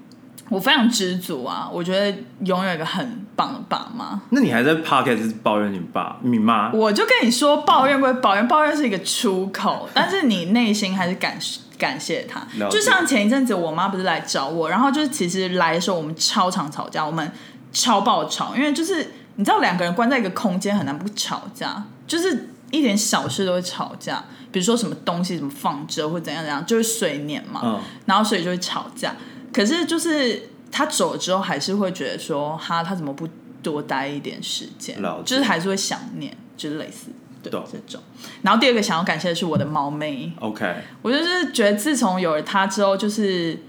Speaker 2: 我非常知足啊，我觉得拥有一个很棒的爸妈。
Speaker 1: 那你还在 podcast 抱怨你爸、你妈？
Speaker 2: 我就跟你说，抱怨归抱怨，抱怨是一个出口，但是你内心还是感感谢他
Speaker 1: 了。解
Speaker 2: 就像前一阵子，我妈不是来找我，然后就是其实来的时候我们超常吵架，我们超爆吵，因为就是你知道两个人关在一个空间很难不吵架，就是一点小事都会吵架，比如说什么东西怎么放着或怎样怎样，就是水碾嘛。
Speaker 1: 嗯，
Speaker 2: 然后所以就会吵架。可是就是他走了之后，还是会觉得说，哈，他怎么不多待一点时间
Speaker 1: 了解？
Speaker 2: 就是还是会想念，就是类似对
Speaker 1: 懂
Speaker 2: 这种。然后第二个想要感谢的是我的猫妹，
Speaker 1: OK，
Speaker 2: 我就是觉得自从有了它之后，就是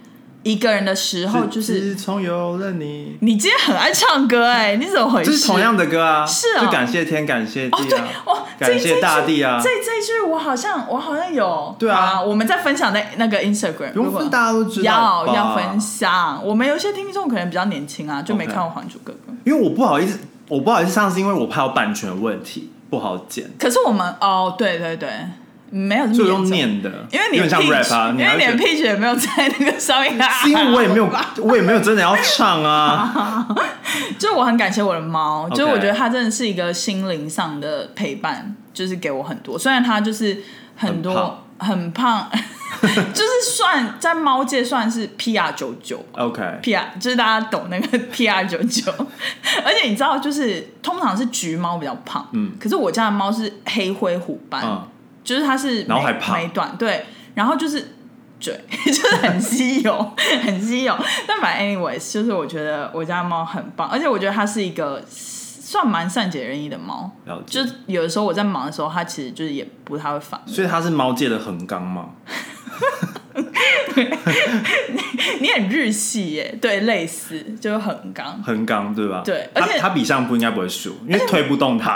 Speaker 2: 一个人的时候，就
Speaker 1: 自
Speaker 2: 是
Speaker 1: 自从有了你，
Speaker 2: 你今天很爱唱歌哎、你怎么回事？
Speaker 1: 这是同样的歌啊，
Speaker 2: 是啊
Speaker 1: 就感谢天，感谢地
Speaker 2: 对
Speaker 1: 啊，
Speaker 2: 哦，这
Speaker 1: 感谢大地啊
Speaker 2: 这这这一句我好像我好像有
Speaker 1: 对啊
Speaker 2: 我们在分享在那个 Instagram，
Speaker 1: 不
Speaker 2: 如
Speaker 1: 用
Speaker 2: 果
Speaker 1: 分，大家都知道啊
Speaker 2: 要
Speaker 1: 吧
Speaker 2: 要分享。我们有一些听众可能比较年轻啊，就没
Speaker 1: OK
Speaker 2: 看过《还珠格格》。
Speaker 1: 因为我不好意思，我不好意思上是因为我怕有版权问题，不好剪，
Speaker 2: 可是我们哦，对对对，没有这
Speaker 1: 所以
Speaker 2: 么
Speaker 1: 我用
Speaker 2: 严重，
Speaker 1: 念的，
Speaker 2: 因为你
Speaker 1: 有点像
Speaker 2: Peach-
Speaker 1: rap 啊，
Speaker 2: 因为
Speaker 1: 还
Speaker 2: 你的
Speaker 1: 是
Speaker 2: Peach 也没有在那个上面、啊，
Speaker 1: 是因为我 也没有，我也没有真的要唱啊，
Speaker 2: 就我很感谢我的猫，
Speaker 1: OK
Speaker 2: 就是我觉得它真的是一个心灵上的陪伴，就是给我很多。虽然它就是很多很胖， 就是算在猫界算是 PR 九九
Speaker 1: OK，
Speaker 2: ，PR 就是大家懂那个 PR 九九。而且你知道，就是通常是橘猫比较胖，
Speaker 1: 嗯
Speaker 2: 可是我家的猫是黑灰虎斑，
Speaker 1: 嗯，
Speaker 2: 就是它是美
Speaker 1: 然后还胖
Speaker 2: 美短，对，然后就是嘴， 就是很稀有，很稀有。但反正 anyways，就是我觉得我家猫很棒，而且我觉得它是一个算蛮善解人意的猫。
Speaker 1: 了解
Speaker 2: 就。是有的时候我在忙的时候，它其实就是也不太会烦我。
Speaker 1: 所以他是猫界的横纲嘛？
Speaker 2: 你很日系耶，对，类似就是很刚。
Speaker 1: 横纲对吧？
Speaker 2: 对
Speaker 1: 他
Speaker 2: 而且
Speaker 1: 他比上不应该不会输，因为推不 动他。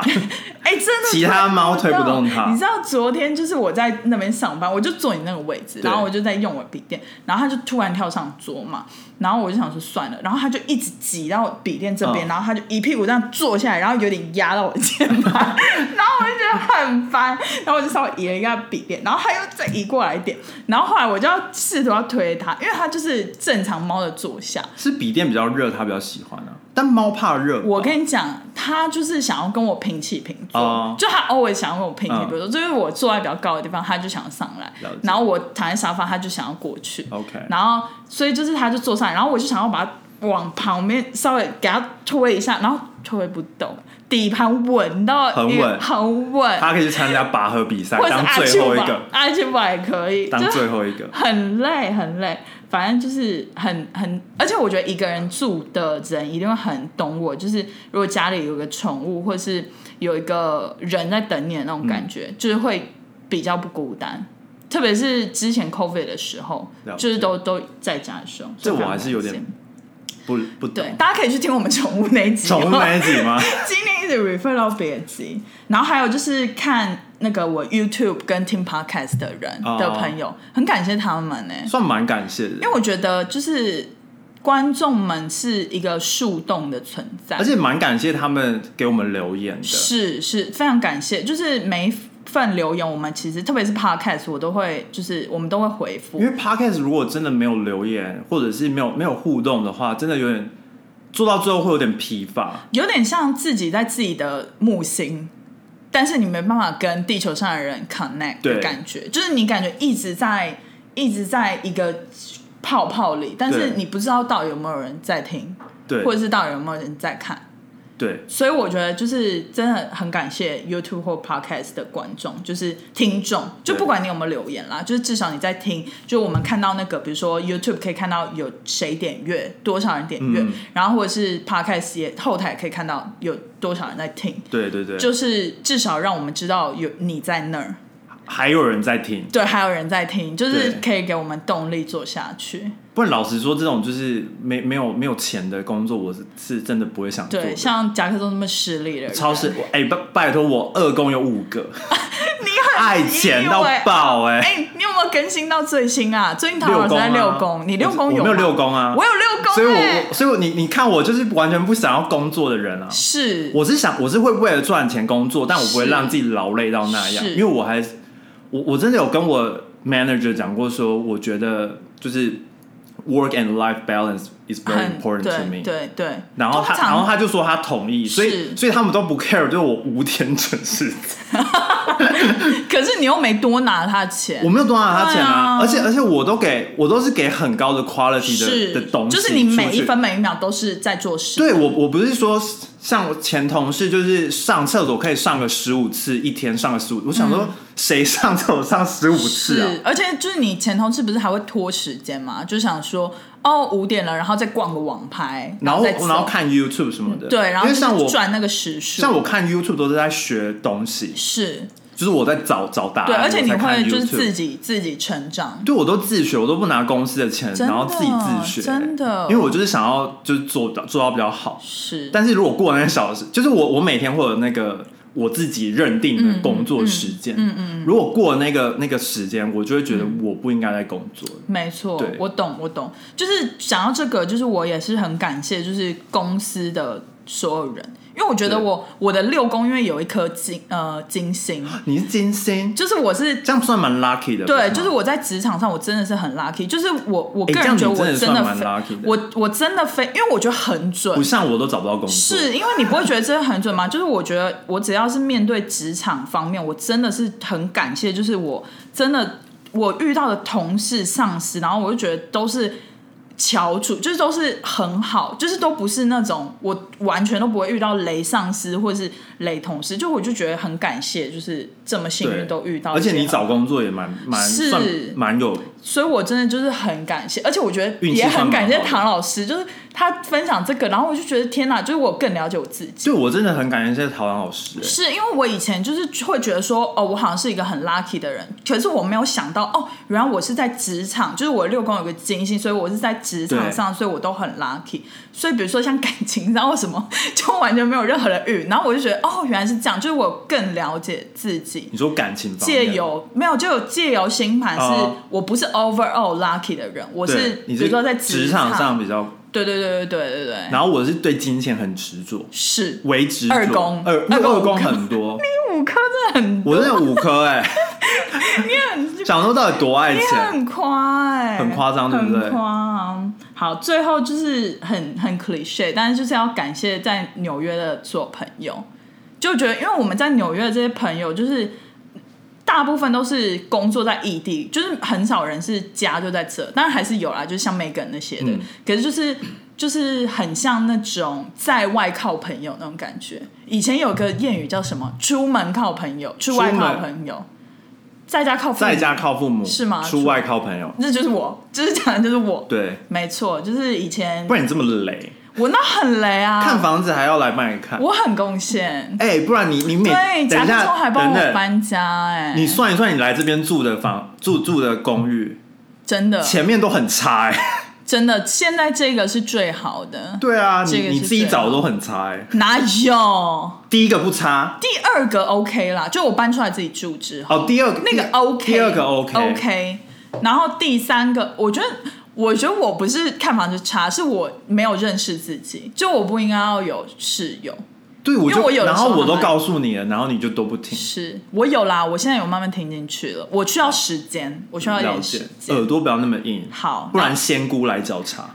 Speaker 2: 哎、真的，
Speaker 1: 其他猫推不动它
Speaker 2: 你知道昨天就是我在那边上班，我就坐你那个位置，
Speaker 1: 对
Speaker 2: 然后我就在用我笔电，然后他就突然跳上桌嘛，然后我就想说算了，然后他就一直挤到笔电这边，
Speaker 1: 嗯
Speaker 2: 然后他就一屁股这样坐下来，然后有点压到我的肩 膀，然后我就觉得很烦，然后我就稍微移了一下笔电，然后他又再移过来一点，然后后来我就要试图要推他，因为他就是正常猫的坐下，
Speaker 1: 是笔电比较热，它比较喜欢啊。但猫怕热吧，
Speaker 2: 我跟你讲，他就是想要跟我平起平坐，
Speaker 1: 哦
Speaker 2: 就他 always 想要跟我平起
Speaker 1: 嗯
Speaker 2: 平坐，就是我坐在比较高的地方，他就想要上来
Speaker 1: 了解，
Speaker 2: 然后我躺在沙发，他就想要过去，
Speaker 1: OK，
Speaker 2: 然后所以就是他就坐上来，然后我就想要把他往旁边稍微给他推一下，然后推不动，底盘稳到
Speaker 1: 很
Speaker 2: 一个
Speaker 1: 稳
Speaker 2: 很稳，
Speaker 1: 它可以去参加拔河比赛，
Speaker 2: 或者是
Speaker 1: 当
Speaker 2: 阿
Speaker 1: 最
Speaker 2: 丘
Speaker 1: 后一
Speaker 2: 吧
Speaker 1: 个，，
Speaker 2: 阿丘吧也可以，就
Speaker 1: 当
Speaker 2: 是
Speaker 1: 最后一 个。
Speaker 2: 很累很累，反正就是很很，而且我觉得一个人住的人一定会很懂我，就是如果家里有个宠物，或是有一个人在等你的那种
Speaker 1: 嗯
Speaker 2: 感觉，就是会比较不孤单。特别是之前 COVID 的时候
Speaker 1: 了，解
Speaker 2: 就是都都在家的时候，
Speaker 1: 这
Speaker 2: 就非
Speaker 1: 我
Speaker 2: 常
Speaker 1: 还是有
Speaker 2: 感
Speaker 1: 点
Speaker 2: 谢
Speaker 1: 不不懂
Speaker 2: 对，。大家可以去听我们宠物那一集，啊
Speaker 1: 宠 物那一集吗？
Speaker 2: 今天一直 refer 到别集，然后还有就是看那个我 YouTube 跟听 podcast 的人
Speaker 1: 哦
Speaker 2: 的朋友，很感谢他们呢、欸
Speaker 1: 算蛮感谢的
Speaker 2: 因，为我觉得就是观众们是一个树洞的存在
Speaker 1: 而，且蛮感谢他们给我们留言的。
Speaker 2: 是是非常感谢，就是每一份留言，我们其实特别是 podcast，我都会就是我们都会回复
Speaker 1: 因，为 podcast 如果真的没有留言，或者是没有没有互动的话，真的有点做到最后会有点疲乏。
Speaker 2: 有点像自己在自己的木星。但是你没办法跟地球上的人 connect
Speaker 1: 对
Speaker 2: 的感觉，就是你感觉一直在一直在一个泡泡里，但是
Speaker 1: 对
Speaker 2: 你不知道到底有没有人在听，
Speaker 1: 对
Speaker 2: 或者是到底有没有人在看。
Speaker 1: 对
Speaker 2: 所以我觉得就是真的很感谢 YouTube 或 Podcast 的观众，就是听众，就不管你有没有留言啦，就是至少你在听，就我们看到那个，比如说 YouTube 可以看到有谁点阅，多少人点阅，
Speaker 1: 嗯
Speaker 2: 然后或者是 Podcast 也后台可以看到有多少人在听，
Speaker 1: 对对对，
Speaker 2: 就是至少让我们知道有你在那儿，
Speaker 1: 还有人在听。
Speaker 2: 对，还有人在听，就是
Speaker 1: 对
Speaker 2: 可以给我们动力做下去。
Speaker 1: 不然老实说，这种就是没没有没有钱的工作，我是是真的不会想做的
Speaker 2: 对，。像夹克中那么势利的人，
Speaker 1: 超市，我哎、拜拜托我二宫有五 个，爱钱到爆哎、
Speaker 2: 哎、你有没有更新到最新啊？最近唐老师在
Speaker 1: 六宫
Speaker 2: 六
Speaker 1: 啊
Speaker 2: 宫，你六宫
Speaker 1: 我
Speaker 2: 有
Speaker 1: 没有
Speaker 2: 吗
Speaker 1: 六宫啊
Speaker 2: 我有六宫、欸，
Speaker 1: 所以我我所以我你你看我就是完全不想要工作的人啊。
Speaker 2: 是
Speaker 1: 我是想我是会为了赚钱工作，但我不会
Speaker 2: 是
Speaker 1: 让自己劳累到那样，
Speaker 2: 是
Speaker 1: 因为我还我我真的有跟我 manager 讲过说，我觉得就是 work and life balance is very
Speaker 2: 很
Speaker 1: important to
Speaker 2: 对
Speaker 1: me。
Speaker 2: 对对，
Speaker 1: 然后他，
Speaker 2: 通常
Speaker 1: 然后他就说他同意，所以
Speaker 2: 是
Speaker 1: 所以他们都不 care，就是我五点 准时
Speaker 2: 可是你又没多拿他钱，
Speaker 1: 我没有多拿他钱
Speaker 2: 对
Speaker 1: 啊，
Speaker 2: 啊
Speaker 1: 而且而且我都给我都是给很高的 quality
Speaker 2: 是
Speaker 1: 的的东西
Speaker 2: 就
Speaker 1: 出去，
Speaker 2: 是你每一分每一秒都是在做事，
Speaker 1: 对我我不是说像我前同事就是上厕所可以上个十五次，一天上个十五，我想说谁上厕所上十五次啊？
Speaker 2: 嗯是，而且就是你前同事不是还会拖时间嘛，就想说哦五点了，然后再逛个网拍，
Speaker 1: 然后
Speaker 2: 后再
Speaker 1: 然后
Speaker 2: 走
Speaker 1: 看 YouTube 什么的，
Speaker 2: 对，然后
Speaker 1: 因为像
Speaker 2: 就是
Speaker 1: 我
Speaker 2: 赚那个时数，
Speaker 1: 像我看 YouTube 都是在学东西，
Speaker 2: 是
Speaker 1: 就是我在找找答案，
Speaker 2: 对，而且你
Speaker 1: 啊我才看
Speaker 2: 会就是
Speaker 1: YouTube
Speaker 2: 自己自己成长，
Speaker 1: 对我都自学，我都不拿公司的钱，
Speaker 2: 真的
Speaker 1: 然后自己自学，
Speaker 2: 真的
Speaker 1: 因为我就是想要就是做到做到比较好。
Speaker 2: 是，
Speaker 1: 但是如果过了那小时，就是我我每天会有那个我自己认定的工作时间、嗯，嗯如果过了那个那个时间，我就会觉得我不应该在工作。
Speaker 2: 没错
Speaker 1: 对，
Speaker 2: 我懂，我懂。就是讲到这个，就是我也是很感谢，就是公司的所有人，因为我觉得
Speaker 1: 对
Speaker 2: 我我的六宫因为有一颗金呃金星，
Speaker 1: 你是金星，
Speaker 2: 就是我是
Speaker 1: 这样算蛮 lucky 的。
Speaker 2: 对，
Speaker 1: 吗
Speaker 2: 就是我在职场上我真的是很 lucky，就是我我
Speaker 1: 诶
Speaker 2: 个
Speaker 1: 哎这
Speaker 2: 人
Speaker 1: 样你
Speaker 2: 觉得我
Speaker 1: 真的
Speaker 2: 真
Speaker 1: 算
Speaker 2: 的
Speaker 1: 蛮
Speaker 2: 非
Speaker 1: lucky 的
Speaker 2: 我我真的非，因为我觉得很
Speaker 1: 不
Speaker 2: 准。
Speaker 1: 像我都找不到工作，
Speaker 2: 是因为你不会觉得这很准吗？就是我觉得我只要是面对职场方面，我真的是很感谢，就是我真的我遇到的同事、上司，然后我就觉得都是翘楚，就是都是很好，就是都不是那种我完全都不会遇到雷上司或是雷同事，就我就觉得很感谢，就是这么幸
Speaker 1: 对，
Speaker 2: 运都遇到
Speaker 1: 而
Speaker 2: 这些
Speaker 1: 且
Speaker 2: 人，
Speaker 1: 你找工作也蛮蛮
Speaker 2: 啊是
Speaker 1: 算蛮有
Speaker 2: 所以我真的就是很感谢，而且我觉得
Speaker 1: 运气
Speaker 2: 也很感谢
Speaker 1: 算蛮好的
Speaker 2: 唐老师，就是他分享这个，然后我就觉得天哪，就是我更了解我自己。
Speaker 1: 就我真的很感谢这些陶然老师、欸
Speaker 2: 是因为我以前就是会觉得说，哦，我好像是一个很 lucky 的人，可是我没有想到，哦，原来我是在职场，就是我六宫有个金星，所以我是在职场上，所以我都很 lucky。所以比如说像感情上或什么，就完全没有任何的运，然后我就觉得，哦，原来是这样，就是我更了解自己。
Speaker 1: 你说感情方面
Speaker 2: 借由没有就有借由星盘，是
Speaker 1: 哦
Speaker 2: 我不是 overall lucky 的人，我
Speaker 1: 对
Speaker 2: 是
Speaker 1: 你
Speaker 2: 比如说在
Speaker 1: 职
Speaker 2: 场
Speaker 1: 场，上比较，
Speaker 2: 对对对对对对对，
Speaker 1: 然后我是对金钱很执着，
Speaker 2: 是
Speaker 1: 为执着
Speaker 2: 二宫
Speaker 1: 二
Speaker 2: 二宫
Speaker 1: 二宫
Speaker 2: 五颗
Speaker 1: 很多，
Speaker 2: 五颗真的很
Speaker 1: 我真的五 颗哎、想说到底多爱
Speaker 2: 也
Speaker 1: 钱，
Speaker 2: 很夸哎、
Speaker 1: 很夸张对不对
Speaker 2: 很夸啊！好，最后就是很很 cliche，但是就是要感谢在纽约的所有朋友，就觉得因为我们在纽约的这些朋友，就是大部分都是工作在异地，就是很少人是家就在这，当然还是有啦，就是像 Megan 那些的，
Speaker 1: 嗯
Speaker 2: 可是就是。就是很像那种在外靠朋友那种感觉。以前有个谚语叫什么“出门靠朋友，出外
Speaker 1: 出
Speaker 2: 靠
Speaker 1: 门
Speaker 2: 朋友，在家靠父母”。
Speaker 1: 在家靠父母
Speaker 2: 是吗
Speaker 1: 出外靠朋友，
Speaker 2: 这就是我，就是讲的就是我，
Speaker 1: 对，
Speaker 2: 没错，就是以前
Speaker 1: 不然你这么累，
Speaker 2: 我那很雷啊，
Speaker 1: 看房子还要来帮你看，
Speaker 2: 我很贡献，
Speaker 1: 哎、不然你你每
Speaker 2: 对，夹
Speaker 1: 等一
Speaker 2: 克中
Speaker 1: 下
Speaker 2: 还帮
Speaker 1: 等
Speaker 2: 我
Speaker 1: 等，
Speaker 2: 搬家、哎，
Speaker 1: 你算一算你来这边住的房住住的公寓
Speaker 2: 真的
Speaker 1: 前面都很差哎、
Speaker 2: 真的，现在这个是最好的，
Speaker 1: 对啊，
Speaker 2: 这
Speaker 1: 你
Speaker 2: 个是
Speaker 1: 你自己
Speaker 2: 最好
Speaker 1: 找的都很差哎、
Speaker 2: 哪有？
Speaker 1: 第一个不差
Speaker 2: 第二个 OK 啦，就我搬出来自己住之后，
Speaker 1: 哦，第二个
Speaker 2: 那个 OK，
Speaker 1: 第二个 OK
Speaker 2: OK，然后第三个，我觉得。我觉得我不是看房就差，是我没有认识自己，就我不应该要有室友。
Speaker 1: 对我
Speaker 2: 因
Speaker 1: 就
Speaker 2: 为我有的
Speaker 1: 然
Speaker 2: 时
Speaker 1: 后
Speaker 2: 候
Speaker 1: 我
Speaker 2: 还
Speaker 1: 都
Speaker 2: 蛮
Speaker 1: 告诉你了，然后你就都不听，
Speaker 2: 是我有啦，我现在有慢慢听进去了。我需要时间，我需要一
Speaker 1: 了
Speaker 2: 点时
Speaker 1: 解，呃
Speaker 2: 间。
Speaker 1: 耳朵不要那么硬，
Speaker 2: 好，
Speaker 1: 不然仙姑来找茬。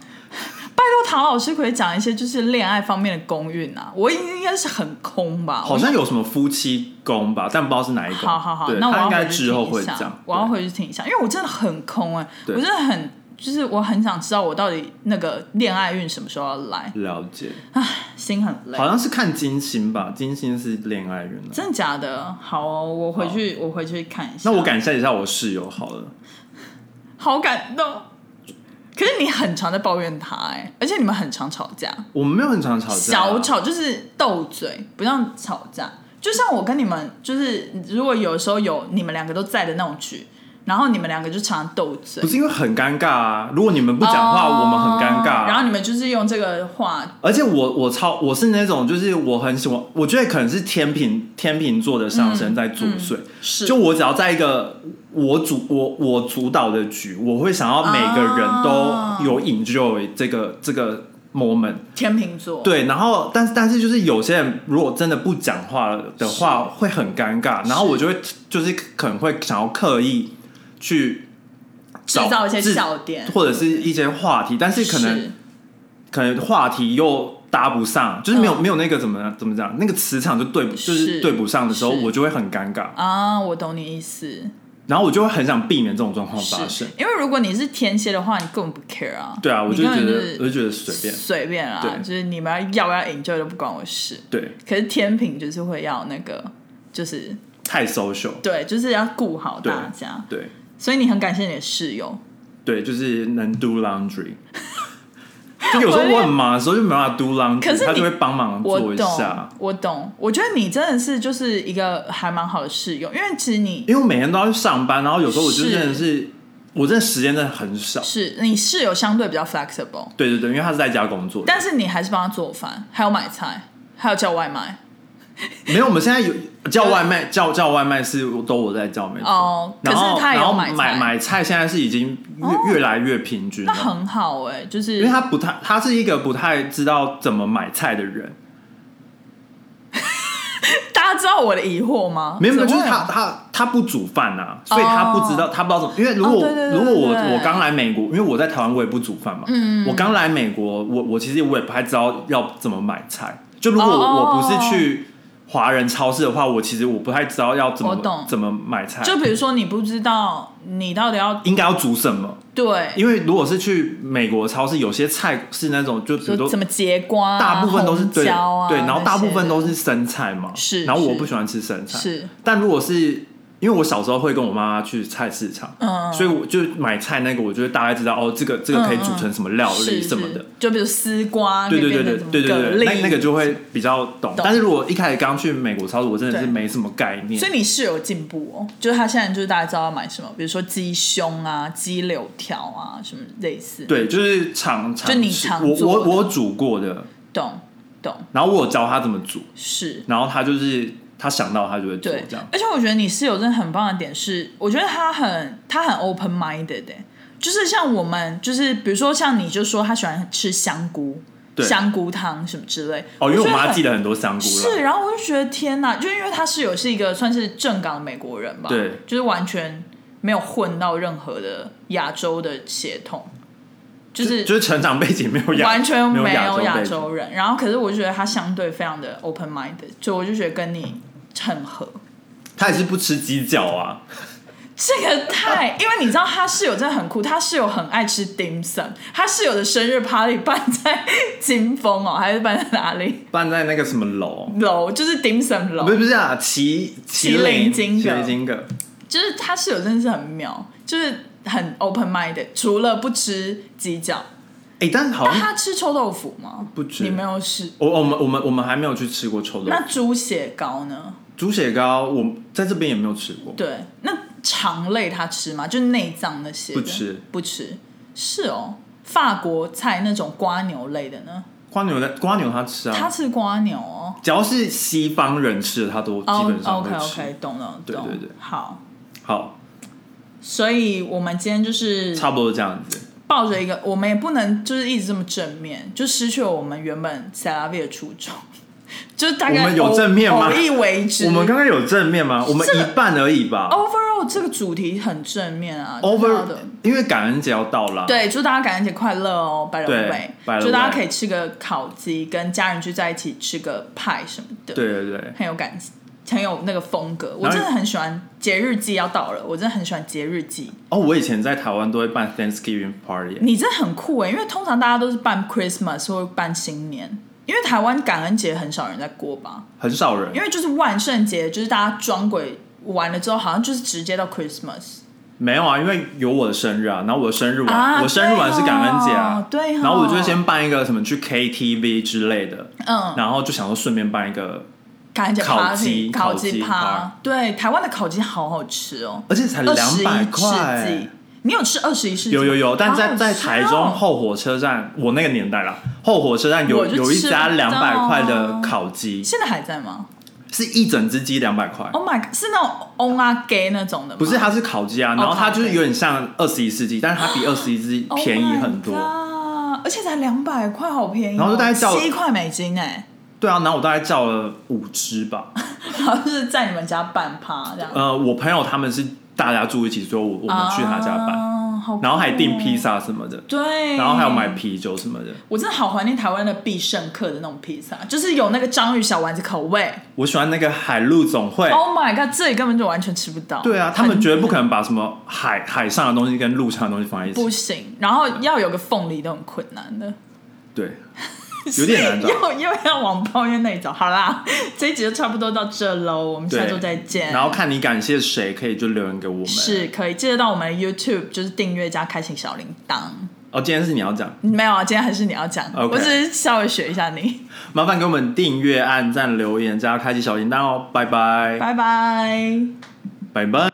Speaker 2: 那托唐老师可以讲一些就是恋爱方面的公运啊，我应应该是很空吧？
Speaker 1: 好像有什么夫妻宫吧，但不知道是哪一个。
Speaker 2: 嗯好好好，
Speaker 1: 对
Speaker 2: 那我
Speaker 1: 他
Speaker 2: 要
Speaker 1: 应该
Speaker 2: 回去
Speaker 1: 之后
Speaker 2: 听
Speaker 1: 会
Speaker 2: 一
Speaker 1: 这
Speaker 2: 下
Speaker 1: 样。，
Speaker 2: 我要
Speaker 1: 对
Speaker 2: 回去听一下，因为我真的很空哎、
Speaker 1: 对
Speaker 2: 我真的很就是我很想知道我到底那个恋爱运什么时候要来，
Speaker 1: 了解，
Speaker 2: 心很累
Speaker 1: 好。像是看金星吧，金星是恋爱运啊。
Speaker 2: 真的假的？好哦、我回去我回去看一下。
Speaker 1: 那我感谢一下我室友好了，
Speaker 2: 好感动。可是你很常在抱怨他哎、而且你们很常吵架，
Speaker 1: 我们没有很常吵架啊，
Speaker 2: 小吵就是斗嘴，不让吵架。就像我跟你们，就是如果有时候有你们两个都在的那种局，然后你们两个就常常斗嘴
Speaker 1: 不，是因为很尴尬啊。如果你们不讲话，
Speaker 2: 哦
Speaker 1: 我们很尴尬啊。
Speaker 2: 然后你们就是用这个话，
Speaker 1: 而且我我超我是那种就是我很喜欢，我觉得可能是天平天平座的上
Speaker 2: 嗯
Speaker 1: 升在作祟。
Speaker 2: 是
Speaker 1: 就我只要在一个我主我我主导的局，我会想要每个人
Speaker 2: 啊
Speaker 1: 都有 enjoy 这个这个 moment。
Speaker 2: 天秤座，，
Speaker 1: 对，然后但但是就是有些人如果真的不讲话的话，会很尴尬。然后我就会就是可能会想要刻意去
Speaker 2: 制
Speaker 1: 找
Speaker 2: 造一些
Speaker 1: 制
Speaker 2: 笑点，
Speaker 1: 或者是一些话题，但是可能可能话题又搭不上，就是没有、
Speaker 2: 嗯
Speaker 1: 没有那个怎么怎么讲，那个磁场就对不就是
Speaker 2: 是
Speaker 1: 对不上的时候，
Speaker 2: 是
Speaker 1: 我就会很尴尬，
Speaker 2: 啊，我懂你意思，
Speaker 1: 然后我就会很想避免这种状况发
Speaker 2: 是
Speaker 1: 生。
Speaker 2: 因为如果你是天蝎的话，你根本不 care 啊，
Speaker 1: 对啊，我
Speaker 2: 你
Speaker 1: 就
Speaker 2: 根
Speaker 1: 觉
Speaker 2: 本
Speaker 1: 得、
Speaker 2: 是
Speaker 1: 我就觉得随便，
Speaker 2: 随便啦
Speaker 1: 对，
Speaker 2: 就是你们要要不要 enjoy 都不关我事。
Speaker 1: 对，
Speaker 2: 可是天平就是会要那个，就是
Speaker 1: 太 social，
Speaker 2: 对，就是要顾好大家。
Speaker 1: 对
Speaker 2: 所以你很感谢你的室友，
Speaker 1: 对，就是能 do laundry。就有时候我很忙的时候就没办法 do laundry，
Speaker 2: 可是你
Speaker 1: 他就会帮忙做
Speaker 2: 我
Speaker 1: 一
Speaker 2: 懂
Speaker 1: 下，，
Speaker 2: 我懂。我觉得你真的是就是一个还蛮好的室友，因为其实你
Speaker 1: 因为我每天都要去上班，然后有时候我就是真的是我真的时间真的很少。
Speaker 2: 是你室友相对比较 flexible，
Speaker 1: 对对对，因为他是在家工作的，
Speaker 2: 但是你还是帮他做饭，还有买菜，还有叫外卖。
Speaker 1: 没有，我们现在有叫外卖，叫叫外卖是都我在叫，没错。
Speaker 2: 哦
Speaker 1: 然后
Speaker 2: 可是他也
Speaker 1: 然
Speaker 2: 有
Speaker 1: 后
Speaker 2: 买
Speaker 1: 买
Speaker 2: 菜
Speaker 1: 买菜现在是已经越、
Speaker 2: 哦
Speaker 1: 越来越平均
Speaker 2: 那
Speaker 1: 了，
Speaker 2: 很好哎、就是
Speaker 1: 因为他不太，他是一个不太知道怎么买菜的人，
Speaker 2: 大家知道我的疑惑吗？
Speaker 1: 没有，没有，
Speaker 2: 怎
Speaker 1: 就
Speaker 2: 么
Speaker 1: 是
Speaker 2: 会
Speaker 1: 他他他不煮饭呐、所以他不知道、他不知道怎么，因为如果、
Speaker 2: 啊哦对对对
Speaker 1: 如果我
Speaker 2: 对对
Speaker 1: 我刚来美国，因为我在台湾我也不煮饭嘛，嗯，我刚来美国，我我其实我也不太知道要怎么买菜，就如果我,、
Speaker 2: 哦
Speaker 1: 我不是去华人超市的话，我其实我不太知道要怎
Speaker 2: 我懂
Speaker 1: 么怎么买菜，
Speaker 2: 就比如说你不知道你到底要
Speaker 1: 应该要煮什么。
Speaker 2: 对，
Speaker 1: 因为如果是去美国超市，有些菜是那种就比如
Speaker 2: 说什
Speaker 1: 说
Speaker 2: 么节瓜啊、
Speaker 1: 大部分都是
Speaker 2: 红
Speaker 1: 对
Speaker 2: 椒啊，
Speaker 1: 对，然后大部分都
Speaker 2: 那
Speaker 1: 是生菜嘛，
Speaker 2: 是
Speaker 1: 然后我
Speaker 2: 是
Speaker 1: 不喜欢吃生
Speaker 2: 些
Speaker 1: 菜，
Speaker 2: 是
Speaker 1: 但如果是因为我小时候会跟我妈妈去菜市场，
Speaker 2: 嗯
Speaker 1: 所以我就买菜那个，我就会大概知道哦，这个这个可以煮成什么料理
Speaker 2: 嗯是
Speaker 1: 什么的。，
Speaker 2: 是就比如丝瓜，
Speaker 1: 对对
Speaker 2: 可以
Speaker 1: 对对
Speaker 2: 变成
Speaker 1: 对
Speaker 2: 什么
Speaker 1: 对对，
Speaker 2: 蛤蜊
Speaker 1: 那那个就会比较懂。但是如果一开始刚去美国超市，我真的是
Speaker 2: 对
Speaker 1: 没什么概念
Speaker 2: 所。以你是有进步哦，就是他现在就是大家知道要买什么，比如说鸡胸啊、鸡柳条啊，什么类似，
Speaker 1: 对，就是常
Speaker 2: 就
Speaker 1: 常
Speaker 2: 你
Speaker 1: 吃
Speaker 2: 常
Speaker 1: 我
Speaker 2: 做
Speaker 1: 我
Speaker 2: 的
Speaker 1: 我有煮过的，
Speaker 2: 懂懂
Speaker 1: 然后我有教他怎么煮，
Speaker 2: 是。
Speaker 1: 然后他就是他想到他就会做
Speaker 2: 对
Speaker 1: 这样，。
Speaker 2: 而且我觉得你室友真的很棒的点是，我觉得他很他很 open minded 的、就是像我们，就是比如说像你就说他喜欢吃香菇、
Speaker 1: 对
Speaker 2: 香菇汤什么之类。
Speaker 1: 哦，因为我
Speaker 2: 觉得
Speaker 1: 妈
Speaker 2: 很
Speaker 1: 寄了很多香菇
Speaker 2: 是，
Speaker 1: 啦，
Speaker 2: 然后我就觉得天哪，就因为他室友是一个算是正港的美国人吧，
Speaker 1: 对，
Speaker 2: 就是完全没有混到任何的亚洲的血统，就是
Speaker 1: 就是成长背景没有亚，
Speaker 2: 完全
Speaker 1: 没
Speaker 2: 没
Speaker 1: 亚
Speaker 2: 有亚
Speaker 1: 背景
Speaker 2: 洲人。然后可是我就觉得他相对非常的 open minded，就我就觉得跟你很合。
Speaker 1: 他也是不吃鸡脚啊，
Speaker 2: 这个太，因为你知道他室友真的很酷，他室友很爱吃 dim sum，他室友的生日 party 办在 金峰哦，还是办在哪里
Speaker 1: 办在那个什么楼，
Speaker 2: 楼？就是 dim sum 楼
Speaker 1: 不，是不是啊，麒
Speaker 2: 哦麒
Speaker 1: 麟
Speaker 2: 麟金阁
Speaker 1: 麒麟金阁，
Speaker 2: 就是他室友真的是很妙，就是很 open minded，除了不吃鸡脚，
Speaker 1: 哎，但是好
Speaker 2: 但
Speaker 1: 像
Speaker 2: 他吃臭豆腐吗？
Speaker 1: 不吃
Speaker 2: 你没有试？
Speaker 1: 我我们我们我们还没有去吃过臭豆腐
Speaker 2: 那，猪血糕呢？
Speaker 1: 猪血糕我在这边也没有吃过，
Speaker 2: 对，那肠类他吃吗？就是内脏那些的
Speaker 1: 不吃，
Speaker 2: 不吃，是哦。法国菜那种瓜牛类的呢，
Speaker 1: 瓜牛的瓜牛他吃
Speaker 2: 他
Speaker 1: 啊，
Speaker 2: 吃瓜牛哦。
Speaker 1: 只要是西方人吃的他都基本上
Speaker 2: o
Speaker 1: 会
Speaker 2: k
Speaker 1: 吃。
Speaker 2: OK，懂了，
Speaker 1: 对
Speaker 2: 懂
Speaker 1: 对对
Speaker 2: 好。
Speaker 1: 好，
Speaker 2: 所以我们今天就是
Speaker 1: 差不多这样子。
Speaker 2: 抱着一个，我们也不能就是一直这么正面，就失去了我们原本 s a l a v i 的初衷， 就是大概
Speaker 1: 我们有
Speaker 2: 偶
Speaker 1: 正面吗
Speaker 2: 偶一为之。
Speaker 1: 我们刚刚有正面吗？我们一半而已吧。
Speaker 2: overall 哦，这个主题很正面啊
Speaker 1: over，
Speaker 2: 的。
Speaker 1: 因为感恩节要到了，
Speaker 2: 对，祝大家感恩节快乐哦，by the
Speaker 1: 对
Speaker 2: way，
Speaker 1: by the
Speaker 2: 祝大家
Speaker 1: way
Speaker 2: 可以吃个烤鸡，跟家人聚在一起吃个派什么的，
Speaker 1: 对对对，
Speaker 2: 很有感，很有那个风格。我
Speaker 1: 然后
Speaker 2: 真的很喜欢节日季要到了，我真的很喜欢节日季。
Speaker 1: 哦，我以前在台湾都会办 Thanksgiving party，
Speaker 2: 你真的很酷哎、因为通常大家都是办 Christmas 或办新年，因为台湾感恩节很少人在过吧，
Speaker 1: 很少人
Speaker 2: 因，为就是万圣节，就是大家装鬼完了之后，好像就是直接到 Christmas
Speaker 1: 没有啊，因为有我的生日啊，然后我的生日晚，
Speaker 2: 啊
Speaker 1: 我生日晚是感恩节啊，
Speaker 2: 对哦对哦
Speaker 1: 然后我就会先办一个什么去 KTV 之类的，
Speaker 2: 嗯
Speaker 1: 然后就想说顺便办一个，
Speaker 2: 感恩节
Speaker 1: 烤
Speaker 2: party
Speaker 1: 鸡
Speaker 2: 烤
Speaker 1: 烤鸡
Speaker 2: 趴
Speaker 1: party，
Speaker 2: 对，台湾的烤鸡好好吃哦，
Speaker 1: 而且才
Speaker 2: 二
Speaker 1: 两
Speaker 2: 十
Speaker 1: 百
Speaker 2: 一世
Speaker 1: 块
Speaker 2: 纪。，你有吃二十一世纪？
Speaker 1: 有有有，但在在台中
Speaker 2: 好好吃哦
Speaker 1: 后火车站，我那个年代啦，后火车站
Speaker 2: 我
Speaker 1: 有
Speaker 2: 就吃
Speaker 1: 有一家
Speaker 2: 不到
Speaker 1: 两百块的烤鸡，
Speaker 2: 现在还在吗
Speaker 1: 是一整只鸡两百块，
Speaker 2: ？Oh my god，是那种 on a gay 那种的吗？
Speaker 1: 不是它是烤鸡
Speaker 2: 哦
Speaker 1: 啊，然后它就是有点像二十一世纪，但是它比二十一世纪
Speaker 2: Oh my
Speaker 1: 便宜很多。
Speaker 2: god，而且才两百块，好便宜哦、
Speaker 1: 然后就大概叫
Speaker 2: 七块美金哎、
Speaker 1: 对啊，然后我大概叫了五只吧，
Speaker 2: 然后就是在你们家办趴这样。
Speaker 1: 呃，我朋友他们是大家住一起，所以我我们去他家办，
Speaker 2: 啊好酷哦
Speaker 1: 然后还订披，萨什么的，
Speaker 2: 对，
Speaker 1: 然后还有买。啤酒什么的。
Speaker 2: 我真的好怀念台湾的必胜客的那种披萨，就是有那个章鱼小丸子口味。
Speaker 1: 我喜欢那个海陆总会。
Speaker 2: Oh my god，这里根本就完全吃不到。
Speaker 1: 对啊，他们
Speaker 2: 很
Speaker 1: 绝对不可能把什么海海上的东西跟陆上的东西放在一起
Speaker 2: 不。行，然后要有个凤梨都很困难的，
Speaker 1: 对，有点 难找。
Speaker 2: 又又要往抱怨那里走。好啦，这一集就差不多到这喽，我们下周
Speaker 1: 对，
Speaker 2: 再见。
Speaker 1: 然后看你感谢谁，可以就留言给我们。
Speaker 2: 是可以记得到我们的 YouTube，就是订阅加开启小铃铛。
Speaker 1: 哦，今天是你要讲，
Speaker 2: 没有啊，今天还是你要讲
Speaker 1: OK
Speaker 2: 我只是稍微学一下你。
Speaker 1: 麻烦给我们订阅、按赞、留言，加开启小铃铛哦，拜拜，
Speaker 2: 拜拜。
Speaker 1: 拜拜。